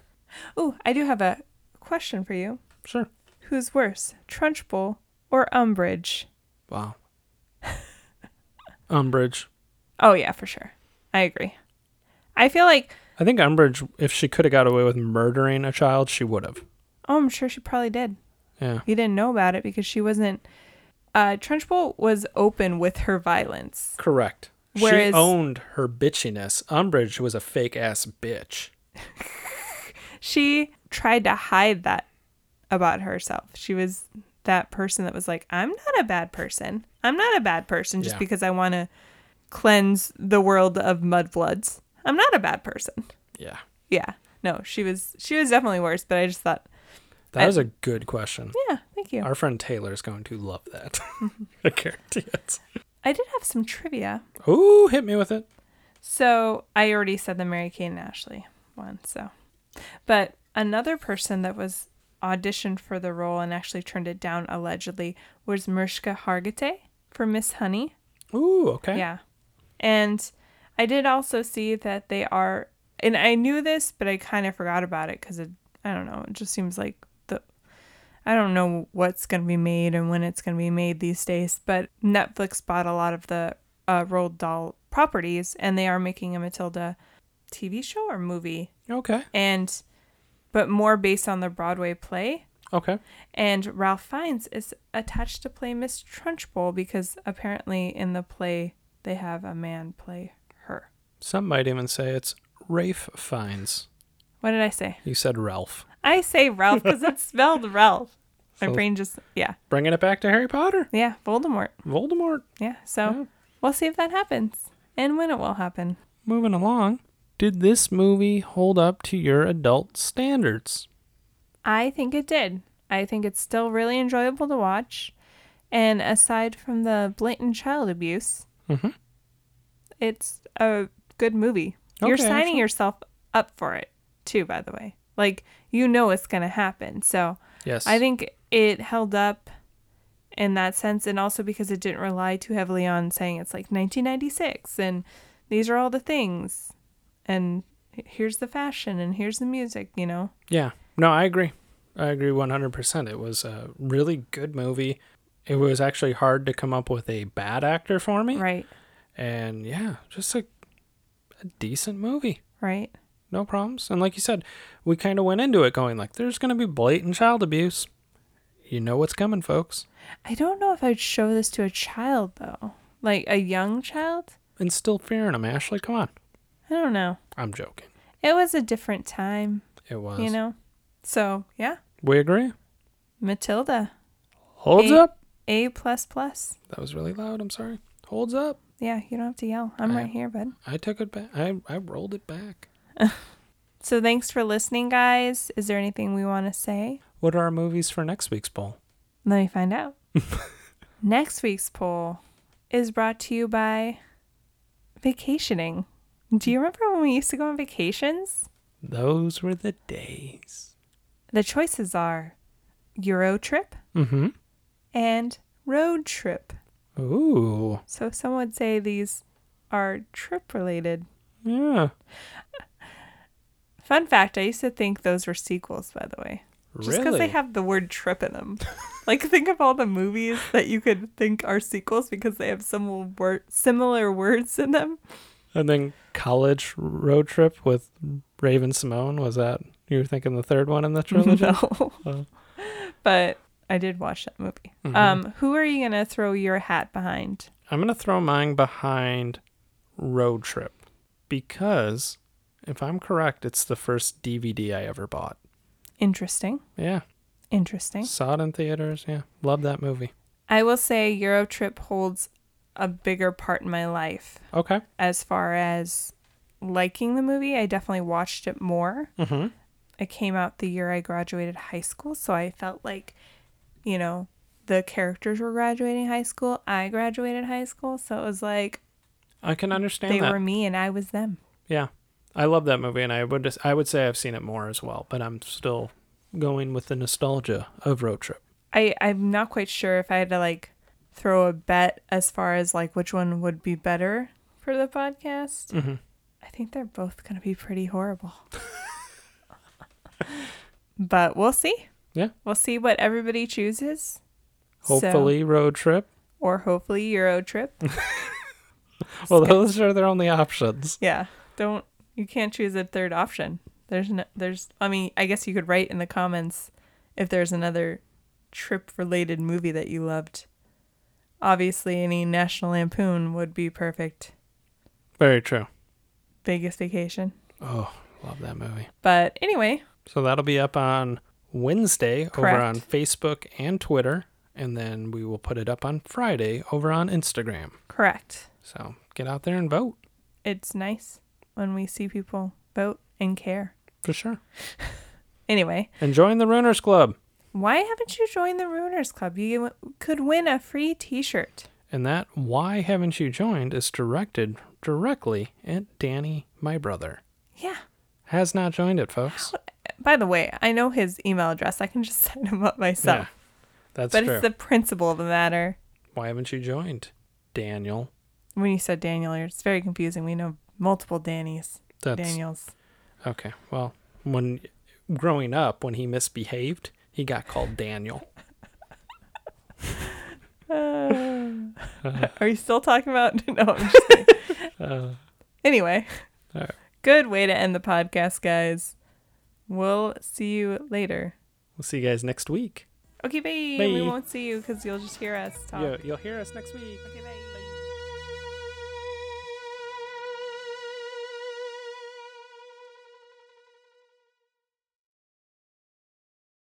A: Oh, I do have a question for you.
B: Sure.
A: Who's worse, Trunchbull or Umbridge?
B: Wow. Umbridge.
A: Oh yeah, for sure. I agree. I feel like
B: I think Umbridge, if she could have got away with murdering a child, she would have.
A: Oh, I'm sure she probably did.
B: Yeah.
A: He didn't know about it because she wasn't. Uh, Trenchbolt was open with her violence.
B: Correct.
A: Whereas-
B: she owned her bitchiness. Umbridge was a fake ass bitch.
A: She tried to hide that about herself. She was that person that was like, I'm not a bad person. I'm not a bad person just
B: Yeah.
A: because I want to cleanse the world of mudbloods. I'm not a bad person.
B: Yeah.
A: Yeah. No, she was she was definitely worse, but I just thought,
B: That
A: I-
B: is a good question.
A: yeah, thank you.
B: Our friend Taylor is going to love that. I guarantee it.
A: I did have some trivia.
B: Ooh, hit me with it.
A: So I already said the Mary Kate and Ashley one. So, but another person that was auditioned for the role and actually turned it down allegedly was Mariska Hargitay for Miss Honey.
B: Ooh, okay.
A: Yeah, and I did also see that they are, and I knew this, but I kind of forgot about it because it, I don't know, it just seems like the. I don't know what's going to be made and when it's going to be made these days, but Netflix bought a lot of the uh, Roald Dahl properties and they are making a Matilda TV show or movie.
B: Okay.
A: And, but more based on the Broadway play.
B: Okay.
A: And Ralph Fiennes is attached to play Miss Trunchbull because apparently in the play they have a man play her.
B: Some might even say it's Rafe Fines.
A: What did I say?
B: You said Ralph.
A: I say Ralph because it's spelled Ralph. My
B: So-
A: brain just yeah
B: Bringing it back to Harry Potter.
A: yeah Voldemort
B: Voldemort.
A: yeah. So we'll see if that happens and when it will happen.
B: Moving along. Did this movie hold up to your adult standards?
A: I think it did. I think it's still really enjoyable to watch. And aside from the blatant child abuse,
B: Mhm.
A: it's a good movie. You're
B: Okay,
A: signing
B: excellent.
A: yourself up for it, too, by the way. Like, you know it's going to happen. So
B: Yes.
A: I think it held up in that sense. And also because it didn't rely too heavily on saying it's like 1996 and these are all the things. And here's the fashion and here's the music, you know?
B: Yeah. No, I agree. I agree 100%. It was a really good movie. It was actually hard to come up with a bad actor for me.
A: Right,
B: And yeah, just a, a decent movie.
A: right.
B: No problems. And like you said, we kind of went into it going like there's going to be blatant child abuse. You know what's coming, folks.
A: I don't know if I'd show this to a child though. Like a young child?
B: And still fearing them, Ashley. Come on.
A: I don't know.
B: I'm joking.
A: It was a different time,
B: It was.
A: you know. So, yeah.
B: We agree.
A: Matilda.
B: Holds
A: Eight.
B: up.
A: A plus plus.
B: That was really loud. I'm sorry. Holds up.
A: Yeah, you don't have to yell. I'm
B: I-
A: right here, bud.
B: I took it back. I, I rolled it back.
A: So thanks for listening, guys. Is there anything we want to say?
B: What are our movies for next week's poll?
A: Let me find out. Next week's poll is brought to you by vacationing. Do you remember when we used to go on vacations?
B: Those were the days.
A: The choices are Euro trip
B: Mm-hmm.
A: and road trip.
B: Ooh.
A: So some would say these are trip related.
B: Yeah.
A: Fun fact, I used to think those were sequels, by the way. Just because
B: really?
A: they have the word trip in them. like, think of all the movies that you could think are sequels because they have some word- similar words in them.
B: and then college road trip with Raven Simone. Was that you were thinking the third one in the trilogy?
A: No.
B: Oh.
A: But I did watch that movie.
B: Mhm.
A: Um, who are you going to throw your hat behind?
B: I'm gonna throw mine behind road trip because if I'm correct, it's the first DVD I ever bought.
A: Interesting.
B: Yeah.
A: Interesting.
B: Saw it in theaters. Yeah. Love that movie.
A: I will say Euro trip holds a bigger part in my life
B: Okay.
A: as far as liking the movie, I definitely watched it more.
B: Mm-hmm.
A: It came out the year I graduated high school, so I felt like, you know, the characters were graduating high school. I graduated high school, so it was like
B: I can understand
A: they
B: that.
A: were me and I was them.
B: Yeah, I love that movie, and I would just, I would say I've seen it more as well, but I'm still going with the nostalgia of Road Trip.
A: I I'm not quite sure if I had to like throw a bet as far as like which one would be better for the podcast.
B: Mhm.
A: I think they're both going to be pretty horrible. but we'll see.
B: Yeah.
A: We'll see what everybody chooses. So-
B: Hopefully, Road Trip.
A: or hopefully Euro trip.
B: Well, those are their only options.
A: yeah. Don't you can't choose a third option. There's no there's I mean, I guess you could write in the comments if there's another trip related movie that you loved. Obviously any National Lampoon would be perfect.
B: Very true.
A: Vegas vacation.
B: Oh, love that movie.
A: But anyway,
B: So that'll be up on Wednesday over
A: Correct.
B: on Facebook and Twitter, and then we will put it up on Friday over on Instagram.
A: correct.
B: So get out there and vote
A: It's nice when we see people vote and care.
B: for sure,
A: Anyway,
B: and join the Runners Club.
A: why haven't you joined the Ruiners Club? You could win a free t-shirt.
B: And that Why Haven't You Joined is directed directly at Danny, my brother.
A: Yeah.
B: Has not joined it, folks.
A: Oh, By the way, I know his email address. I can just sign him up myself.
B: Yeah, that's
A: but
B: true.
A: it's the principle of the matter.
B: Why haven't you joined? Daniel.
A: When you said Daniel, it's very confusing. We know multiple Dannies,
B: That's
A: Daniels.
B: okay. Well, when growing up, when he misbehaved, he got called Daniel.
A: Uh, are you still talking about? No, I'm just kidding.
B: Uh,
A: anyway,
B: all right.
A: good way to end the podcast, guys. We'll see you later.
B: We'll see you guys next week.
A: Okay, bye.
B: Bye.
A: We won't see you because you'll just hear us talk.
B: You, you'll hear us next week.
A: Okay, bye.